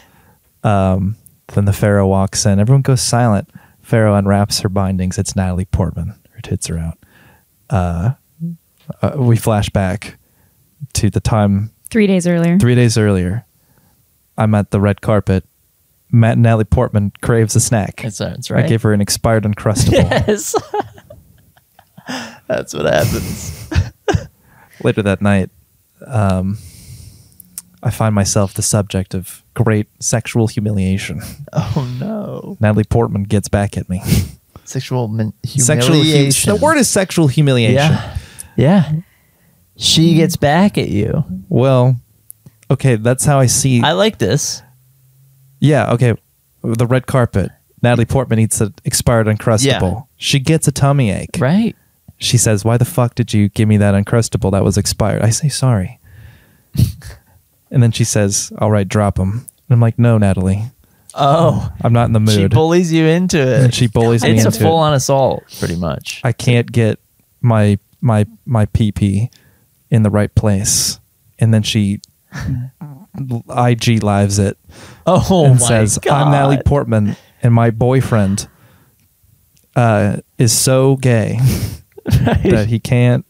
Speaker 1: Um, then the Pharaoh walks in. Everyone goes silent. Pharaoh unwraps her bindings. It's Natalie Portman. Her tits are out. Uh, uh, we flash back to the time
Speaker 5: Three days earlier.
Speaker 1: three days earlier. I'm at the red carpet. Matt and Natalie Portman craves a snack.
Speaker 2: That's, that's right.
Speaker 1: I gave her an expired Uncrustable.
Speaker 2: yes. That's what happens.
Speaker 1: Later that night, um, I find myself the subject of great sexual humiliation.
Speaker 2: Oh no!
Speaker 1: Natalie Portman gets back at me.
Speaker 2: Sexual min-
Speaker 1: Sexual hu-
Speaker 2: humiliation.
Speaker 1: The word is sexual humiliation.
Speaker 2: Yeah. Yeah. Mm. She gets back at you.
Speaker 1: Well, okay, that's how I see.
Speaker 2: I like this.
Speaker 1: yeah, okay. The red carpet. Natalie Portman eats an expired Uncrustable.
Speaker 2: Yeah.
Speaker 1: She gets a tummy ache.
Speaker 2: Right?
Speaker 1: She says, Why the fuck did you give me that Uncrustable that was expired? I say, Sorry. and then she says, All right, drop him. And I'm like, No, Natalie.
Speaker 2: Oh.
Speaker 1: I'm not in the mood.
Speaker 2: She bullies you into
Speaker 1: and
Speaker 2: it.
Speaker 1: she bullies me
Speaker 2: it's a
Speaker 1: into
Speaker 2: full
Speaker 1: it.
Speaker 2: on assault, pretty much.
Speaker 1: I can't get my my my PP in the right place. And then she IG lives it
Speaker 2: Oh
Speaker 1: and
Speaker 2: my
Speaker 1: says,
Speaker 2: god.
Speaker 1: "I'm Natalie Portman, and my boyfriend uh, is so gay that he can't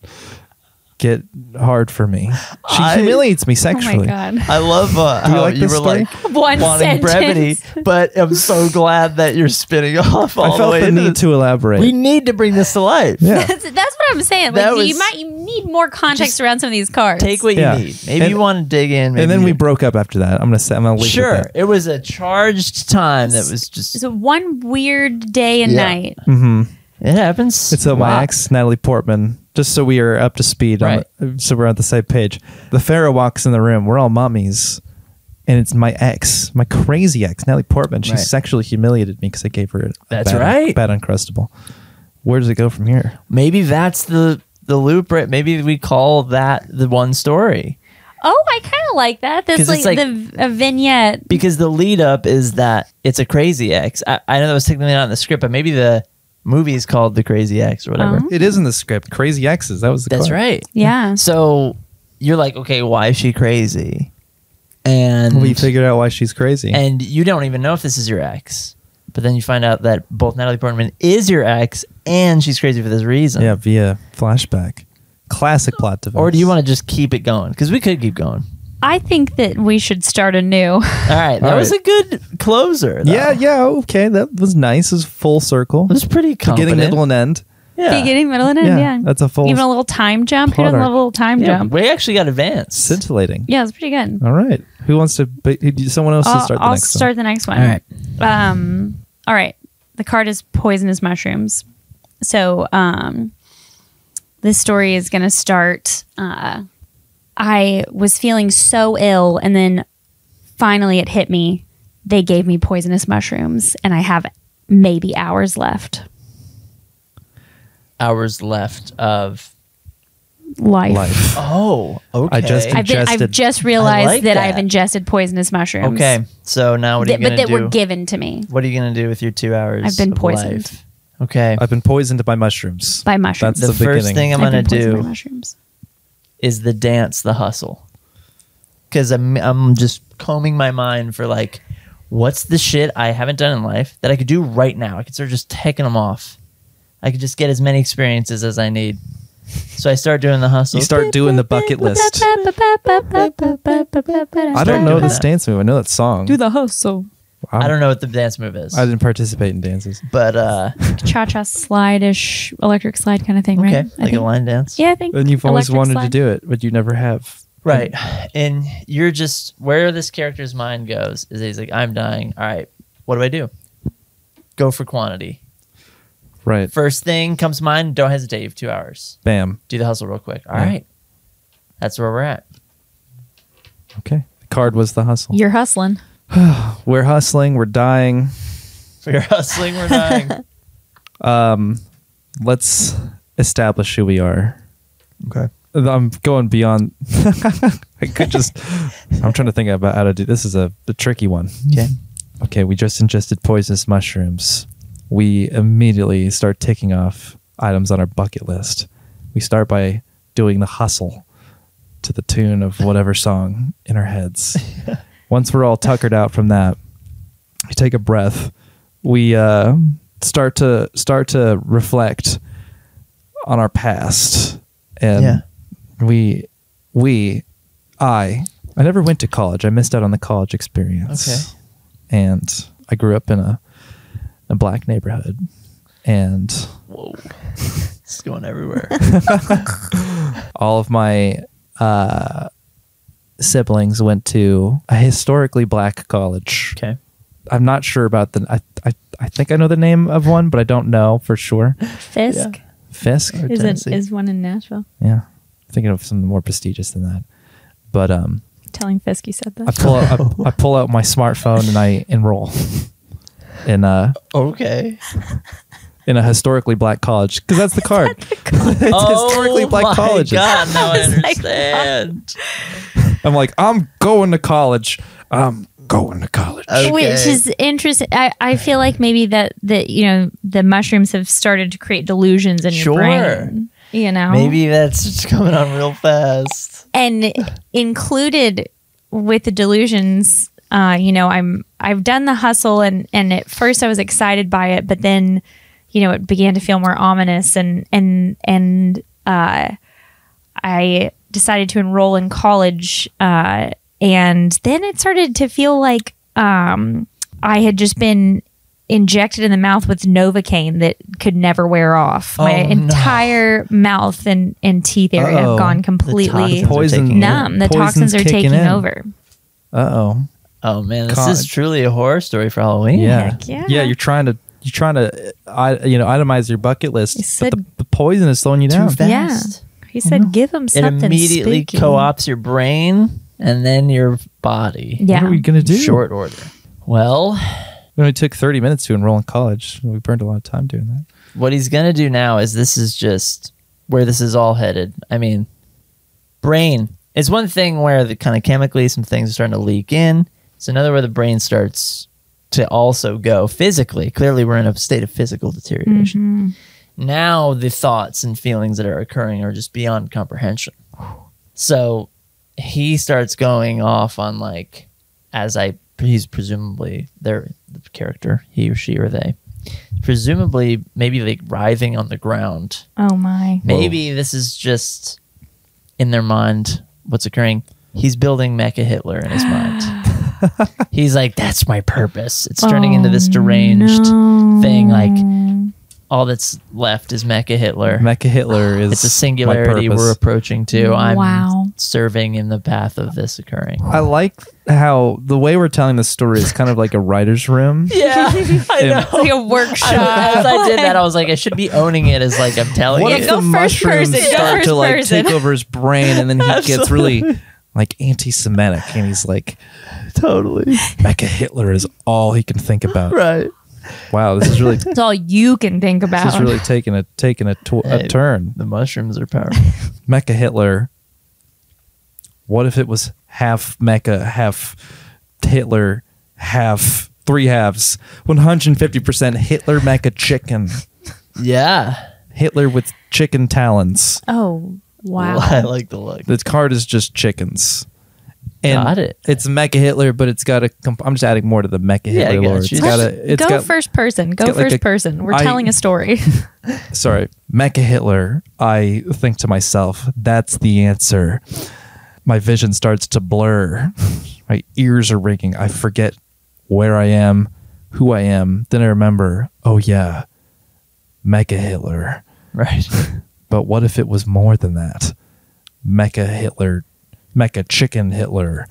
Speaker 1: get hard for me." She
Speaker 2: I-
Speaker 1: humiliates me
Speaker 5: Oh my
Speaker 1: sexually.
Speaker 5: God.
Speaker 2: I love uh,
Speaker 1: Do you
Speaker 2: how
Speaker 1: like
Speaker 2: you
Speaker 1: this
Speaker 2: were
Speaker 1: story?
Speaker 2: like
Speaker 5: One
Speaker 2: wanting
Speaker 5: sentence.
Speaker 2: brevity, but I'm so glad that you're spinning off all
Speaker 1: I
Speaker 2: the
Speaker 1: felt
Speaker 2: way.
Speaker 1: the
Speaker 2: into
Speaker 1: need
Speaker 2: this.
Speaker 1: to elaborate.
Speaker 2: We need to bring this to life.
Speaker 1: yeah.
Speaker 3: That's, that's what I'm saying. Like
Speaker 2: That
Speaker 3: you
Speaker 2: was-
Speaker 3: might you need more context around some of these cards.
Speaker 2: Take what
Speaker 1: Yeah.
Speaker 2: you need. Maybe
Speaker 1: And-
Speaker 2: you want to dig in. Maybe
Speaker 1: And then
Speaker 2: you-
Speaker 1: we broke up after that. I'm gonna say I'm gonna leave
Speaker 2: Sure,
Speaker 1: It
Speaker 2: it was a charged time that was just.
Speaker 3: so one weird day and
Speaker 2: Yeah.
Speaker 3: night.
Speaker 1: Mm-hmm.
Speaker 2: It happens.
Speaker 1: It's uh, my
Speaker 2: Wow.
Speaker 1: ex, Natalie Portman. Just so we are up to speed, on
Speaker 2: Right.
Speaker 1: the- so we're on the same page. The Pharaoh walks in the room. We're all mummies, and it's my ex, my crazy ex, Natalie Portman. She
Speaker 2: Right.
Speaker 1: sexually humiliated me because I gave her a
Speaker 2: That's
Speaker 1: bad,
Speaker 2: right.
Speaker 1: bad uncrustable. Where does it go from here?
Speaker 2: Maybe that's the the loop. Right? Maybe we call that the one story
Speaker 3: Oh, I kind of like that. That's
Speaker 2: 'Cause
Speaker 3: like,
Speaker 2: it's
Speaker 3: the a vignette.
Speaker 2: because the lead up is that it's a crazy ex. I, I know that was technically not in the script, but maybe the movie is called the Crazy Ex or whatever.
Speaker 1: It is in the script. Crazy exes. That was the
Speaker 2: Mm-hmm. That's
Speaker 1: card.
Speaker 2: right.
Speaker 3: Yeah.
Speaker 2: So you're like, okay, why is she crazy? And
Speaker 1: We figured out why she's crazy.
Speaker 2: and you don't even know if this is your ex. But then you find out that both Natalie Portman is your ex and she's crazy for this reason.
Speaker 1: yeah, via flashback. Classic plot device.
Speaker 2: Or do you want to just keep it going? Because we could keep going.
Speaker 3: I think that we should start anew.
Speaker 2: All right. That
Speaker 1: All
Speaker 2: was
Speaker 1: right.
Speaker 2: a good closer. though.
Speaker 1: Yeah, yeah, okay. That was nice. It was full circle.
Speaker 2: It was pretty
Speaker 1: Getting
Speaker 2: confident.
Speaker 1: middle and end.
Speaker 2: yeah.
Speaker 3: Beginning, middle, and end.
Speaker 1: Yeah,
Speaker 3: Yeah,
Speaker 1: that's a full
Speaker 3: Even a little time jump. Here, a
Speaker 1: plot arc.
Speaker 3: little time
Speaker 2: Yeah,
Speaker 3: jump.
Speaker 2: We actually got advanced.
Speaker 1: Scintillating.
Speaker 3: Yeah, it's pretty good.
Speaker 1: All right. Who wants to? But someone else
Speaker 3: I'll,
Speaker 1: to start the
Speaker 3: I'll
Speaker 1: next
Speaker 3: start the next one.
Speaker 2: All right.
Speaker 3: Um, all right. The card is poisonous mushrooms. So um, this story is going to start. Uh, I was feeling so ill, and then finally it hit me. They gave me poisonous mushrooms, and I have maybe hours left.
Speaker 2: Hours left of.
Speaker 3: Life.
Speaker 1: one. Life.
Speaker 2: Oh, okay.
Speaker 1: I just-
Speaker 3: I've, been, I've
Speaker 1: Ingested.
Speaker 3: just realized
Speaker 2: I like
Speaker 3: that,
Speaker 2: that.
Speaker 3: I've ingested poisonous mushrooms.
Speaker 2: Okay. So now what are
Speaker 3: That-
Speaker 2: you
Speaker 3: but
Speaker 2: going to
Speaker 3: that
Speaker 2: do?
Speaker 3: were given to me
Speaker 2: what are you going to do with your two hours?
Speaker 3: I've been
Speaker 2: of
Speaker 3: poisoned.
Speaker 2: life? Okay.
Speaker 1: I've been poisoned by mushrooms.
Speaker 3: by mushrooms.
Speaker 1: That's
Speaker 2: the
Speaker 1: the
Speaker 2: first
Speaker 1: beginning.
Speaker 2: thing I'm
Speaker 3: I've
Speaker 2: going
Speaker 3: been
Speaker 2: to
Speaker 3: poisoned
Speaker 2: do
Speaker 3: by mushrooms.
Speaker 2: is the dance, the hustle. Because I'm, I'm just combing my mind for like, what's the shit I haven't done in life that I could do right now? I could start just taking them off. I could just get as many experiences as I need. So I start doing the hustle.
Speaker 1: You start doing the bucket list. I don't know this dance move. I know that song.
Speaker 5: the hustle.
Speaker 1: I'm-
Speaker 2: I don't know what the dance move is,
Speaker 1: I didn't participate in dances.
Speaker 2: but uh,
Speaker 3: Cha cha slide ish, electric slide kind of thing,
Speaker 2: okay,
Speaker 3: right? I
Speaker 2: like a
Speaker 3: think.
Speaker 2: line dance,
Speaker 3: Yeah, I think.
Speaker 1: And you've always
Speaker 3: electric
Speaker 1: wanted to
Speaker 3: slide.
Speaker 1: do it, but you never have.
Speaker 2: right? And you're just where this character's mind goes is he's like, I'm dying. All right, what do I do? Go for quantity.
Speaker 1: Right.
Speaker 2: First thing comes to mind. Don't hesitate. You have two hours.
Speaker 1: Bam.
Speaker 2: do the hustle real quick. All
Speaker 1: Yeah.
Speaker 2: right, That's where we're at.
Speaker 1: Okay. The card was the hustle.
Speaker 3: You're hustling.
Speaker 1: We're hustling. We're dying.
Speaker 2: We're hustling, we're dying.
Speaker 1: Let's establish who we are.
Speaker 2: okay.
Speaker 1: I'm going beyond. I I could just. I'm trying to think about how to do this. Is a, a tricky one.
Speaker 2: Okay.
Speaker 1: Okay, we just ingested poisonous mushrooms. We immediately start ticking off items on our bucket list. We start by doing the hustle to the tune of whatever song in our heads. Once we're all tuckered out from that, we take a breath. We uh, start to start to reflect on our past, and
Speaker 2: Yeah.
Speaker 1: we we I I never went to college. I missed out on the college experience
Speaker 2: Okay.
Speaker 1: and I grew up in a a black neighborhood, and
Speaker 2: Whoa. it's going everywhere.
Speaker 1: all of my uh, siblings went to a historically black college.
Speaker 2: Okay.
Speaker 1: I'm not sure about the. I, I I think I know the name of one, but I don't know for sure.
Speaker 3: Fisk.
Speaker 1: Fisk.
Speaker 5: Is, it,
Speaker 2: Tennessee.
Speaker 5: is one in Nashville
Speaker 1: Yeah, thinking of something more prestigious than that. But um,
Speaker 5: telling Fisk he said that?
Speaker 1: I pull out, I, I pull out my smartphone and I enroll in a
Speaker 2: Okay.
Speaker 1: in a historically black college because that's the card. it's historically black
Speaker 2: Oh my
Speaker 1: colleges.
Speaker 2: God, now I understand.
Speaker 1: I'm like, I'm going to college. I'm going to college.
Speaker 2: Okay.
Speaker 3: Which is interesting. I, I feel like maybe that that you know the mushrooms have started to create delusions in
Speaker 2: Sure.
Speaker 3: your brain. You know,
Speaker 2: Maybe that's just coming on real fast.
Speaker 3: and included with the delusions uh, you know i'm i've done the hustle and and at first i was excited by it but then you know it began to feel more ominous and and and uh, i decided to enroll in college uh, and then it started to feel like um, i had just been injected in the mouth with novocaine that could never wear off my
Speaker 2: Oh, no.
Speaker 3: entire mouth and and teeth area
Speaker 1: Uh-oh.
Speaker 3: have gone
Speaker 1: The
Speaker 3: completely
Speaker 2: toxins are
Speaker 1: Poison-
Speaker 2: taking
Speaker 1: No.
Speaker 2: over.
Speaker 3: numb. The
Speaker 1: Poison's
Speaker 3: toxins are
Speaker 1: kicking
Speaker 3: taking
Speaker 1: in.
Speaker 3: over.
Speaker 1: Uh oh.
Speaker 2: Oh man, this
Speaker 1: God.
Speaker 2: is truly a horror story for Halloween.
Speaker 1: Yeah.
Speaker 3: yeah.
Speaker 1: You're trying to you're trying to uh, I, you know itemize your bucket list,
Speaker 3: You said-
Speaker 1: but the, the poison is slowing you
Speaker 2: Too
Speaker 1: down.
Speaker 2: fast.
Speaker 3: He said, "Give him
Speaker 2: It
Speaker 3: something."
Speaker 2: immediately
Speaker 3: spooky."
Speaker 2: co-ops your brain and then your body.
Speaker 1: What
Speaker 3: Yeah.
Speaker 1: are we gonna do?
Speaker 2: Short order. Well,
Speaker 1: It only took 30 minutes to enroll in college. We burned a lot of time doing that.
Speaker 2: what he's gonna do now is this is just where this is all headed. I mean, brain is one thing where the kind of chemically some things are starting to leak in. It's another where the brain starts to also go physically. Clearly, we're in a state of physical deterioration.
Speaker 3: Mm-hmm.
Speaker 2: Now the thoughts and feelings that are occurring are just beyond comprehension. So he starts going off on like, as I he's presumably their the character he or she or they presumably maybe like writhing on the ground.
Speaker 3: Oh my!
Speaker 2: Maybe this is just in their mind what's occurring. He's building Mecha Hitler in his mind. He's like, that's my purpose. It's turning into this deranged thing. Like, all that's left is Mecha Hitler.
Speaker 1: Mecha Hitler is
Speaker 2: it's a
Speaker 1: my
Speaker 2: singularity
Speaker 1: purpose.
Speaker 2: we're approaching to. I'm
Speaker 3: Wow.
Speaker 2: serving in the path of this occurring.
Speaker 1: I like how the way we're telling this story is kind of like a writer's room.
Speaker 2: Yeah, I
Speaker 1: And
Speaker 2: know.
Speaker 3: Like a workshop.
Speaker 2: As I did that, I was like, I should be owning it as like I'm telling
Speaker 1: What
Speaker 2: you.
Speaker 3: Yeah,
Speaker 1: if
Speaker 3: go
Speaker 1: the
Speaker 3: first
Speaker 1: mushrooms
Speaker 3: person, go
Speaker 1: start
Speaker 3: first
Speaker 1: to like
Speaker 3: person.
Speaker 1: take over his brain and then he gets really like anti-Semitic and he's like,
Speaker 2: totally
Speaker 1: Mecha Hitler is all he can think about.
Speaker 2: right.
Speaker 1: Wow, this is really this
Speaker 3: That's all you can think about.
Speaker 1: is really taking a taking a, tw- a
Speaker 2: Hey.
Speaker 1: turn.
Speaker 2: The mushrooms are powerful.
Speaker 1: Mecha Hitler. What if it was half Mecha, half Hitler, half three halves, one hundred and fifty percent Hitler Mecha chicken,
Speaker 2: yeah.
Speaker 1: Hitler with chicken talons.
Speaker 3: oh wow!
Speaker 2: I like the look.
Speaker 1: The card is just chickens.
Speaker 2: Got it.
Speaker 1: It's Mecha Hitler, but it's got a. Comp- I'm just adding more to the Mecha
Speaker 2: Yeah, I
Speaker 1: Hitler
Speaker 2: got
Speaker 1: lore.
Speaker 2: you.
Speaker 1: It's
Speaker 2: Let's
Speaker 1: got a. It's
Speaker 3: go
Speaker 1: got
Speaker 3: first person. Go
Speaker 1: got
Speaker 3: first
Speaker 1: like a-
Speaker 3: person. We're
Speaker 1: I-
Speaker 3: telling a story.
Speaker 1: sorry, Mecha Hitler, I think to myself, that's the answer. My vision starts to blur. My ears are ringing. I forget where I am, who I am. Then I remember, oh yeah, Mecha Hitler.
Speaker 2: Right.
Speaker 1: But what if it was more than that? Mecha Hitler, Mecha Chicken Hitler,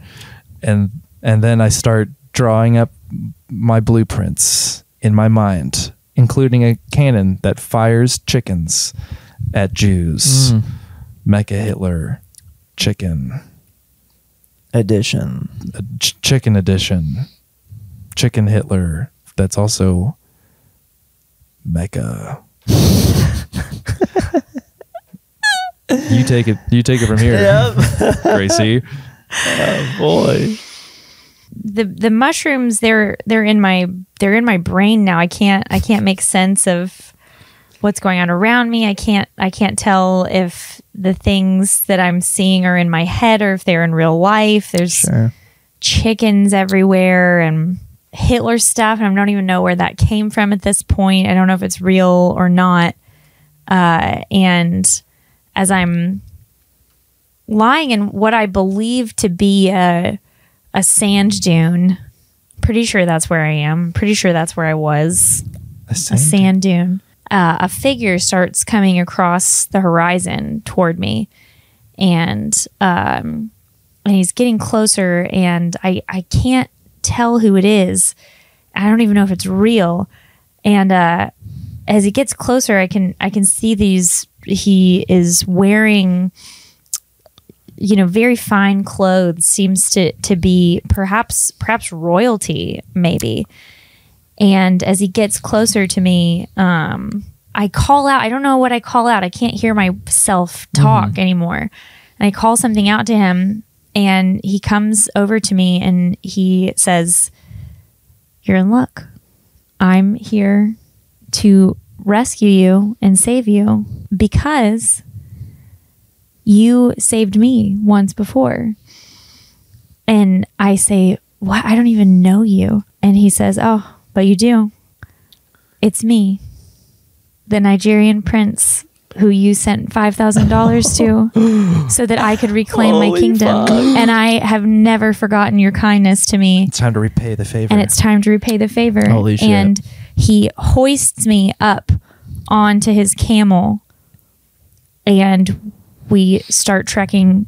Speaker 1: and and then I start drawing up my blueprints in my mind, including a cannon that fires chickens at Jews.
Speaker 2: Mm.
Speaker 1: Mecha Hitler, chicken,
Speaker 2: Edition.
Speaker 1: uh, ch- chicken edition, chicken Hitler. That's also Mecha. you take it. You take it from here. Gracie.
Speaker 2: boy.
Speaker 3: the the mushrooms they're they're in my they're in my brain now. I can't I can't make sense of what's going on around me. I can't I can't tell if the things that I'm seeing are in my head or if they're in real life. There's chickens everywhere and Hitler stuff, and I don't even know where that came from at this point. I don't know if it's real or not. Uh, and as I'm lying in what I believe to be a a sand dune, pretty sure that's where I am. Pretty sure that's where I was.
Speaker 1: A
Speaker 3: A
Speaker 1: sand-
Speaker 3: sand dune. Uh, a figure starts coming across the horizon toward me, and um, and he's getting closer, and I I can't tell who it is. I don't even know if it's real. And uh, as he gets closer, I can I can see these. He is wearing, you know, very fine clothes. Seems to to be perhaps perhaps royalty, maybe. And as he gets closer to me, um, I call out. I don't know what I call out. I can't hear myself talk anymore. And I call something out to him, and he comes over to me and he says, "You're in luck. I'm here to rescue you and save you because you saved me once before." And I say, "What? I don't even know you." And he says, "Oh, but you do. It's me, the Nigerian prince." Who you sent five thousand dollars to, so that I could reclaim my kingdom, and I have never forgotten your kindness to me
Speaker 1: It's time to repay the favor.
Speaker 3: and it's time to repay the favor.
Speaker 2: Holy shit.
Speaker 3: And he hoists me up onto his camel, and we start trekking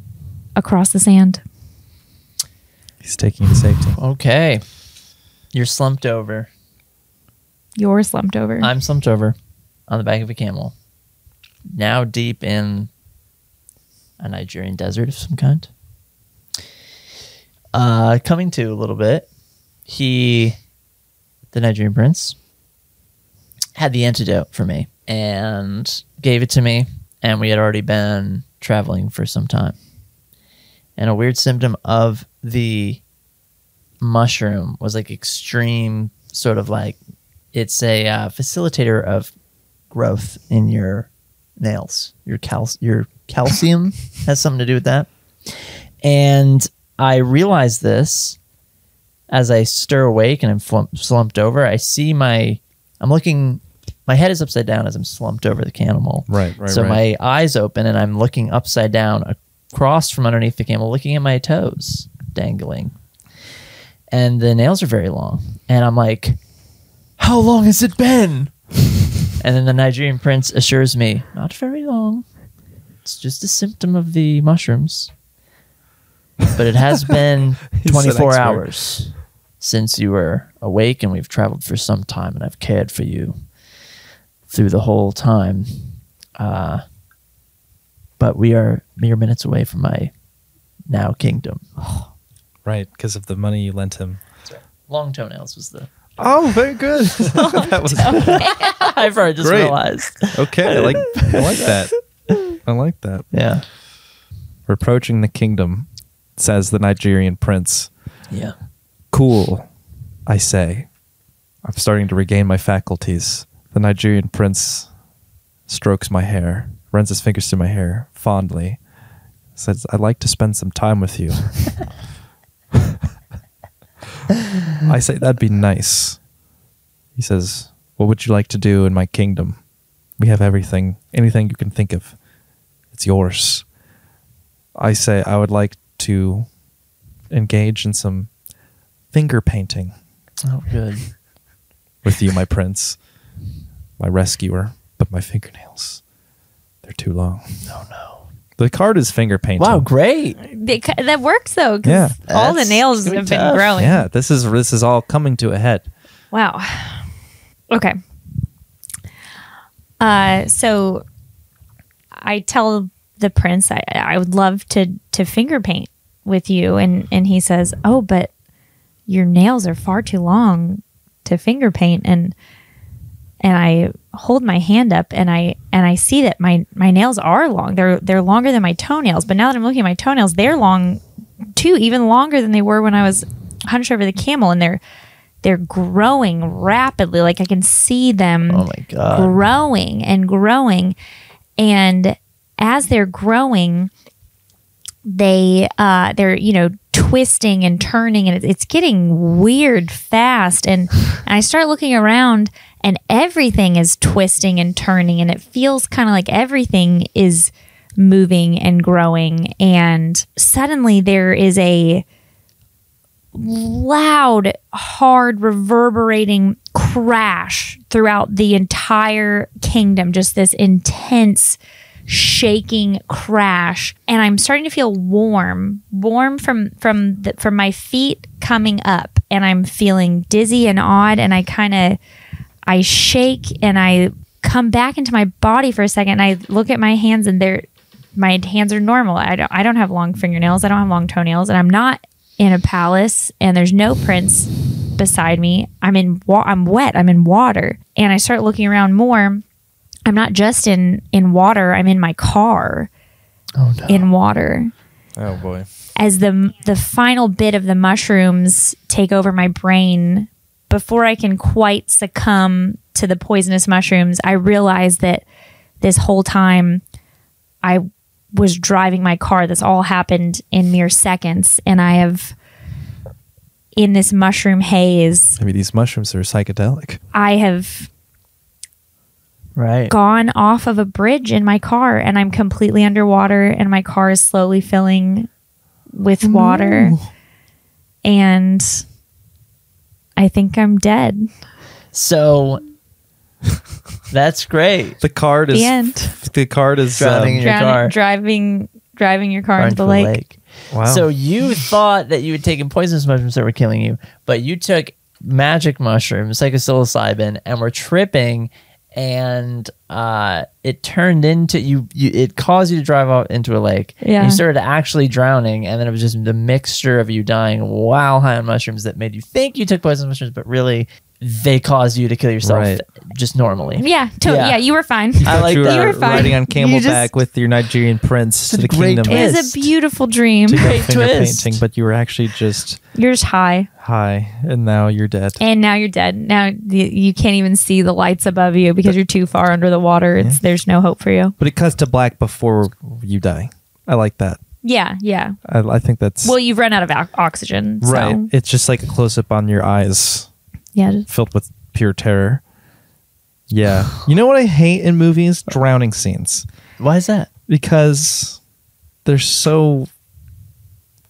Speaker 3: across the sand.
Speaker 1: He's taking you to safety.
Speaker 2: Okay. You're slumped over.
Speaker 3: You're slumped over.
Speaker 2: I'm slumped over on the back of a camel. Now deep in a Nigerian desert of some kind. Uh, coming to a little bit, he, the Nigerian prince, had the antidote for me and gave it to me. And we had already been traveling for some time. And a weird symptom of the mushroom was like extreme, sort of like it's a uh, facilitator of growth in your nails. Your cal- your calcium has something to do with that. And I realize this as I stir awake and I'm flump- slumped over. I see my I'm looking my head is upside down as I'm slumped over the camel.
Speaker 1: Right, right,
Speaker 2: So
Speaker 1: right.
Speaker 2: my eyes open and I'm looking upside down across from underneath the camel looking at my toes dangling. And the nails are very long. And I'm like, how long has it been? and then the Nigerian prince assures me, not very long. It's just a symptom of the mushrooms. But it has been
Speaker 1: an
Speaker 2: 24
Speaker 1: expert.
Speaker 2: hours since you were awake, and we've traveled for some time, and I've cared for you through the whole time. Uh, but we are mere minutes away from my now kingdom.
Speaker 1: Right, because of the money you lent him.
Speaker 2: Long toenails was the.
Speaker 1: Oh, very good. that was
Speaker 2: I've already just
Speaker 1: Great.
Speaker 2: realized.
Speaker 1: okay. I like I like that. I like that.
Speaker 2: Yeah.
Speaker 1: Reproaching the kingdom, says the Nigerian prince.
Speaker 2: Yeah.
Speaker 1: Cool, I say. I'm starting to regain my faculties. The Nigerian prince strokes my hair, runs his fingers through my hair fondly, says, I'd like to spend some time with you. I say, That'd be nice. He says, What would you like to do in my kingdom? We have everything, anything you can think of. It's yours. I say, I would like to engage in some finger painting
Speaker 2: Oh, good.
Speaker 1: with you, my prince, my rescuer, but my fingernails, they're too long. No, no. The card is finger painting.
Speaker 2: Wow, great.
Speaker 3: Beca- that works though,
Speaker 1: Yeah.
Speaker 3: because all the
Speaker 2: That's
Speaker 3: nails
Speaker 2: gonna be
Speaker 3: have been
Speaker 2: tough.
Speaker 3: growing.
Speaker 1: Yeah, this is this is all coming to a head.
Speaker 3: Wow. Okay. Uh, so I tell the prince I, I would love to to finger paint with you, and and he says, "Oh, but your nails are far too long to finger paint." And and I hold my hand up, and I and I see that my my nails are long. They're they're longer than my toenails. But now that I'm looking at my toenails, they're long too, even longer than they were when I was hunched over the camel, and they're they're growing rapidly. Like I can see them
Speaker 2: Oh my god.
Speaker 3: growing and growing. And as they're growing, they uh, they're you know twisting and turning, and it's, it's getting weird fast. And, and I start looking around, and everything is twisting and turning, and it feels kind of like everything is moving and growing. And suddenly there is a loud, hard, reverberating crash throughout the entire kingdom, just this intense shaking crash and i'm starting to feel warm warm from from the, from my feet coming up and i'm feeling dizzy and odd and i kind of i shake and i come back into my body for a second and i look at my hands and they're my hands are normal i don't i don't have long fingernails i don't have long toenails and i'm not in a palace and there's no prince beside me. I'm in wa- I'm wet. I'm in water. And I start looking around more. I'm not just in in water. I'm in my car
Speaker 2: Oh no.
Speaker 3: in water.
Speaker 1: Oh boy.
Speaker 3: As the the final bit of the mushrooms take over my brain before I can quite succumb to the poisonous mushrooms, I realize that this whole time I was driving my car. This all happened in mere seconds and I have in this mushroom haze
Speaker 1: Maybe these mushrooms are psychedelic.
Speaker 3: I have
Speaker 2: Right.
Speaker 3: gone off of a bridge in my car and I'm completely underwater and my car is slowly filling with water. And I think I'm dead.
Speaker 2: So that's great.
Speaker 1: The card is
Speaker 3: The end.
Speaker 1: the card is
Speaker 2: Drowning
Speaker 1: um,
Speaker 2: in your car.
Speaker 3: Drown, driving driving your car into the lake.
Speaker 1: wow.
Speaker 2: So you thought that you had taken poisonous mushrooms that were killing you, but you took magic mushrooms, psychosilocybin, and were tripping, and uh, it turned into you, you. It caused you to drive off into a lake. and
Speaker 3: Yeah.
Speaker 2: you started actually drowning, and then it was just the mixture of you dying while high on mushrooms that made you think you took poisonous mushrooms, but really they caused you to kill yourself
Speaker 1: Right.
Speaker 2: just normally.
Speaker 3: Yeah, to-
Speaker 2: Yeah.
Speaker 3: yeah. you were fine.
Speaker 2: I like
Speaker 1: you
Speaker 2: that.
Speaker 1: were
Speaker 3: were fine.
Speaker 1: riding on
Speaker 3: You just-
Speaker 1: camelback with your Nigerian prince to
Speaker 2: a
Speaker 1: the
Speaker 2: great
Speaker 1: kingdom
Speaker 3: It was
Speaker 2: Twist.
Speaker 3: a beautiful dream.
Speaker 1: to go
Speaker 2: Great
Speaker 1: finger
Speaker 2: twist.
Speaker 1: painting, but you were actually just
Speaker 3: You're just high.
Speaker 1: high, and now you're dead.
Speaker 3: And now you're dead. Now you, you can't even see the lights above you because you're too far under the water. It's there's no hope for you.
Speaker 1: But it cuts to black before you die. I like that.
Speaker 3: Yeah, yeah.
Speaker 1: I, I think that's
Speaker 3: Well, you've run out of o- oxygen. So.
Speaker 1: right. It's just like a close up on your eyes,
Speaker 3: Yeah.
Speaker 1: filled with pure terror. Yeah. You know what I hate in movies? Drowning scenes
Speaker 2: Why is that?
Speaker 1: because they're so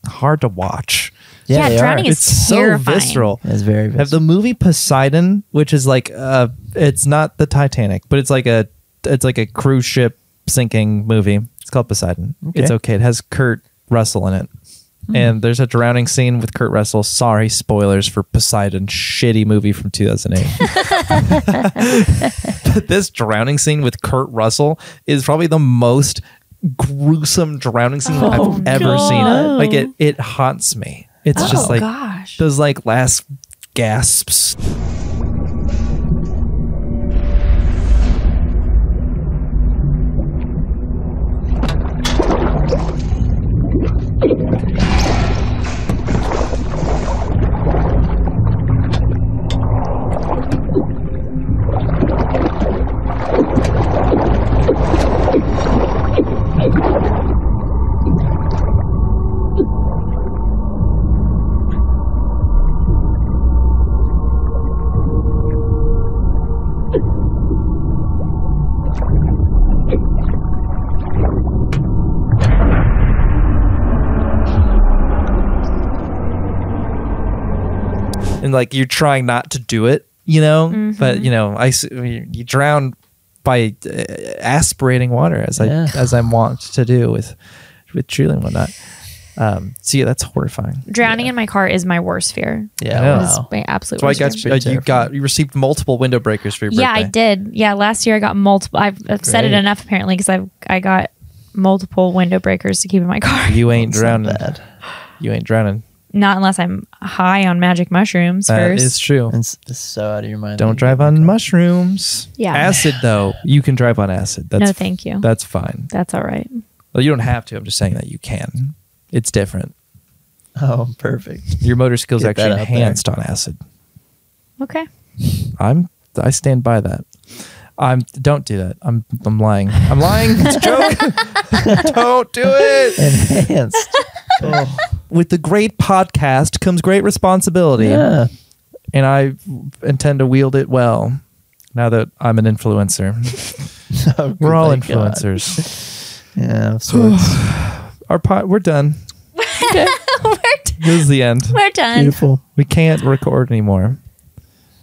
Speaker 1: hard to watch.
Speaker 3: Yeah,
Speaker 2: they
Speaker 3: drowning
Speaker 2: are.
Speaker 3: is-
Speaker 1: It's, so
Speaker 3: terrifying.
Speaker 1: visceral.
Speaker 2: It's very
Speaker 1: Have the movie Poseidon, which is like uh it's not the Titanic, but it's like a it's like a cruise ship sinking movie. It's called Poseidon.
Speaker 2: Okay.
Speaker 1: It's okay. It has Kurt Russell in it. And there's a drowning scene with Kurt Russell. Sorry, spoilers for Poseidon, shitty movie from 2008. but this drowning scene with Kurt Russell is probably the most gruesome drowning scene I've ever seen. Like it, it haunts me. It's
Speaker 3: Oh,
Speaker 1: just like
Speaker 3: gosh.
Speaker 1: those like last gasps. and like you're trying not to do it, you know.
Speaker 3: Mm-hmm.
Speaker 1: But you know, I s- you you drown by uh, aspirating water as
Speaker 2: Yeah.
Speaker 1: I as I'm wont to do with with Julie and whatnot. Um, so yeah, that's horrifying.
Speaker 3: Drowning in my car is my worst fear.
Speaker 1: I
Speaker 2: yeah.
Speaker 1: know.
Speaker 3: It
Speaker 2: Wow.
Speaker 3: is my absolute
Speaker 1: So I
Speaker 3: worst
Speaker 1: got
Speaker 3: fear.
Speaker 1: you, uh, you got you received multiple window breakers for your
Speaker 3: Yeah, I
Speaker 1: birthday.
Speaker 3: did. Yeah, last year I got multiple. I've, I've said it
Speaker 2: Great.
Speaker 3: enough apparently because I've I got multiple window breakers to keep in my car.
Speaker 1: You ain't
Speaker 2: It's not
Speaker 1: drowning.
Speaker 2: bad.
Speaker 1: You ain't drowning.
Speaker 3: Not unless I'm high on magic mushrooms
Speaker 1: That
Speaker 3: first.
Speaker 1: is true.
Speaker 2: It's, it's so out of your mind.
Speaker 1: Don't drive on mushrooms.
Speaker 3: Yeah.
Speaker 1: Acid though, you can drive on acid. That's
Speaker 3: no, thank you.
Speaker 1: That's fine.
Speaker 3: That's all right.
Speaker 1: Well, you don't have to. I'm just saying that you can. It's different.
Speaker 2: Oh, perfect.
Speaker 1: Your motor skills
Speaker 2: Get
Speaker 1: actually
Speaker 2: that out there.
Speaker 1: enhanced on acid.
Speaker 5: Okay.
Speaker 1: I'm I stand by that. I'm don't do that. I'm I'm lying. I'm lying. It's a joke. don't do it.
Speaker 2: Enhanced. oh,
Speaker 1: With the great podcast comes great responsibility,
Speaker 2: yeah.
Speaker 1: and I intend to wield it well. Now that I'm an influencer,
Speaker 2: Oh,
Speaker 1: we're all
Speaker 2: thank God.
Speaker 1: influencers.
Speaker 2: Yeah. of sorts.
Speaker 1: Our po- we're done.
Speaker 3: we're, d-
Speaker 1: This is the end.
Speaker 3: we're done.
Speaker 2: Beautiful.
Speaker 1: We can't record anymore.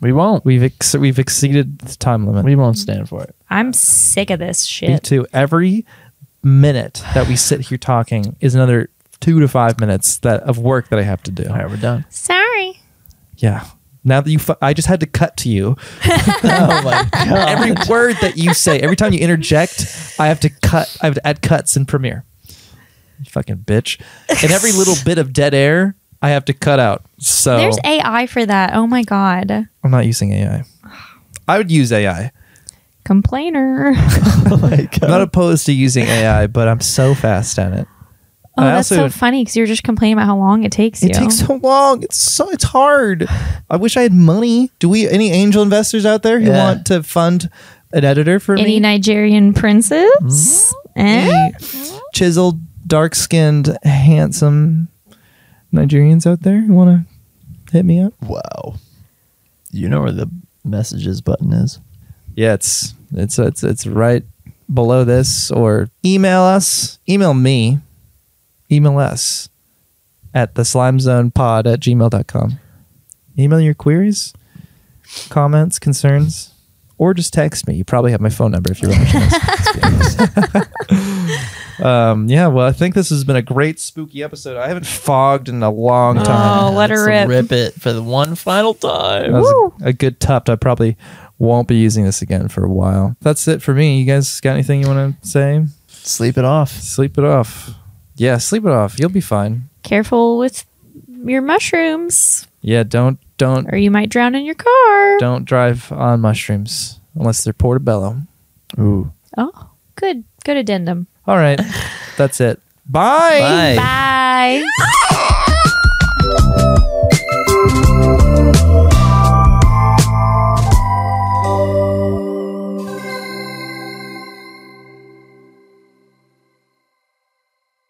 Speaker 2: We won't.
Speaker 1: We've ex- we've exceeded the time limit.
Speaker 2: We won't stand for it.
Speaker 5: I'm sick of this
Speaker 1: Me
Speaker 5: shit.
Speaker 1: too. Every minute that we sit here talking is another two to five minutes that of work that I have to do.
Speaker 2: All right, we're done.
Speaker 5: Sorry.
Speaker 1: Yeah. Now that you, fu- I just had to cut to you.
Speaker 2: Oh my God.
Speaker 1: Every word that you say, every time you interject, I have to cut. I have to add cuts in Premiere. You fucking bitch. And every little bit of dead air, I have to cut out. So
Speaker 5: There's AI for that. Oh my god.
Speaker 1: I'm not using AI. I would use AI.
Speaker 5: Complainer.
Speaker 2: Oh my
Speaker 1: I'm not
Speaker 2: God.
Speaker 1: opposed to using AI, but I'm so fast at it.
Speaker 5: Oh,
Speaker 1: I
Speaker 5: that's so
Speaker 1: also-
Speaker 5: funny because you're just complaining about how long it takes you.
Speaker 1: It takes so long. It's so it's hard. I wish I had money. Do we any angel investors out there who
Speaker 2: Yeah.
Speaker 1: want to fund an editor for
Speaker 5: Any
Speaker 1: me?
Speaker 5: Nigerian princess? Eh?
Speaker 1: Chiseled, dark skinned, handsome Nigerians out there who want to hit me up?
Speaker 2: Wow. You know where the messages button is.
Speaker 1: Yeah, it's it's it's it's right below this. Or email us. Email me. Email us at the slimezonepod at gmail.com. Email your queries, comments, concerns, or just text me. You probably have my phone number if you're watching this. um, yeah, well, I think this has been a great spooky episode. I haven't fogged in a long time.
Speaker 5: Oh, let her
Speaker 2: Let's
Speaker 5: rip.
Speaker 2: Rip it for the one final time.
Speaker 1: That was a, a good tuft. I probably won't be using this again for a while. That's it for me. You guys got anything you want to say?
Speaker 2: Sleep it off.
Speaker 1: Sleep it off. Yeah, sleep it off. You'll be fine.
Speaker 5: Careful with your mushrooms,
Speaker 1: Yeah, don't don't
Speaker 5: or you might drown in your car.
Speaker 1: don't drive on mushrooms unless they're portobello.
Speaker 2: Ooh.
Speaker 5: Oh, good, good addendum.
Speaker 1: All right. That's it. Bye.
Speaker 2: Bye.
Speaker 5: Bye.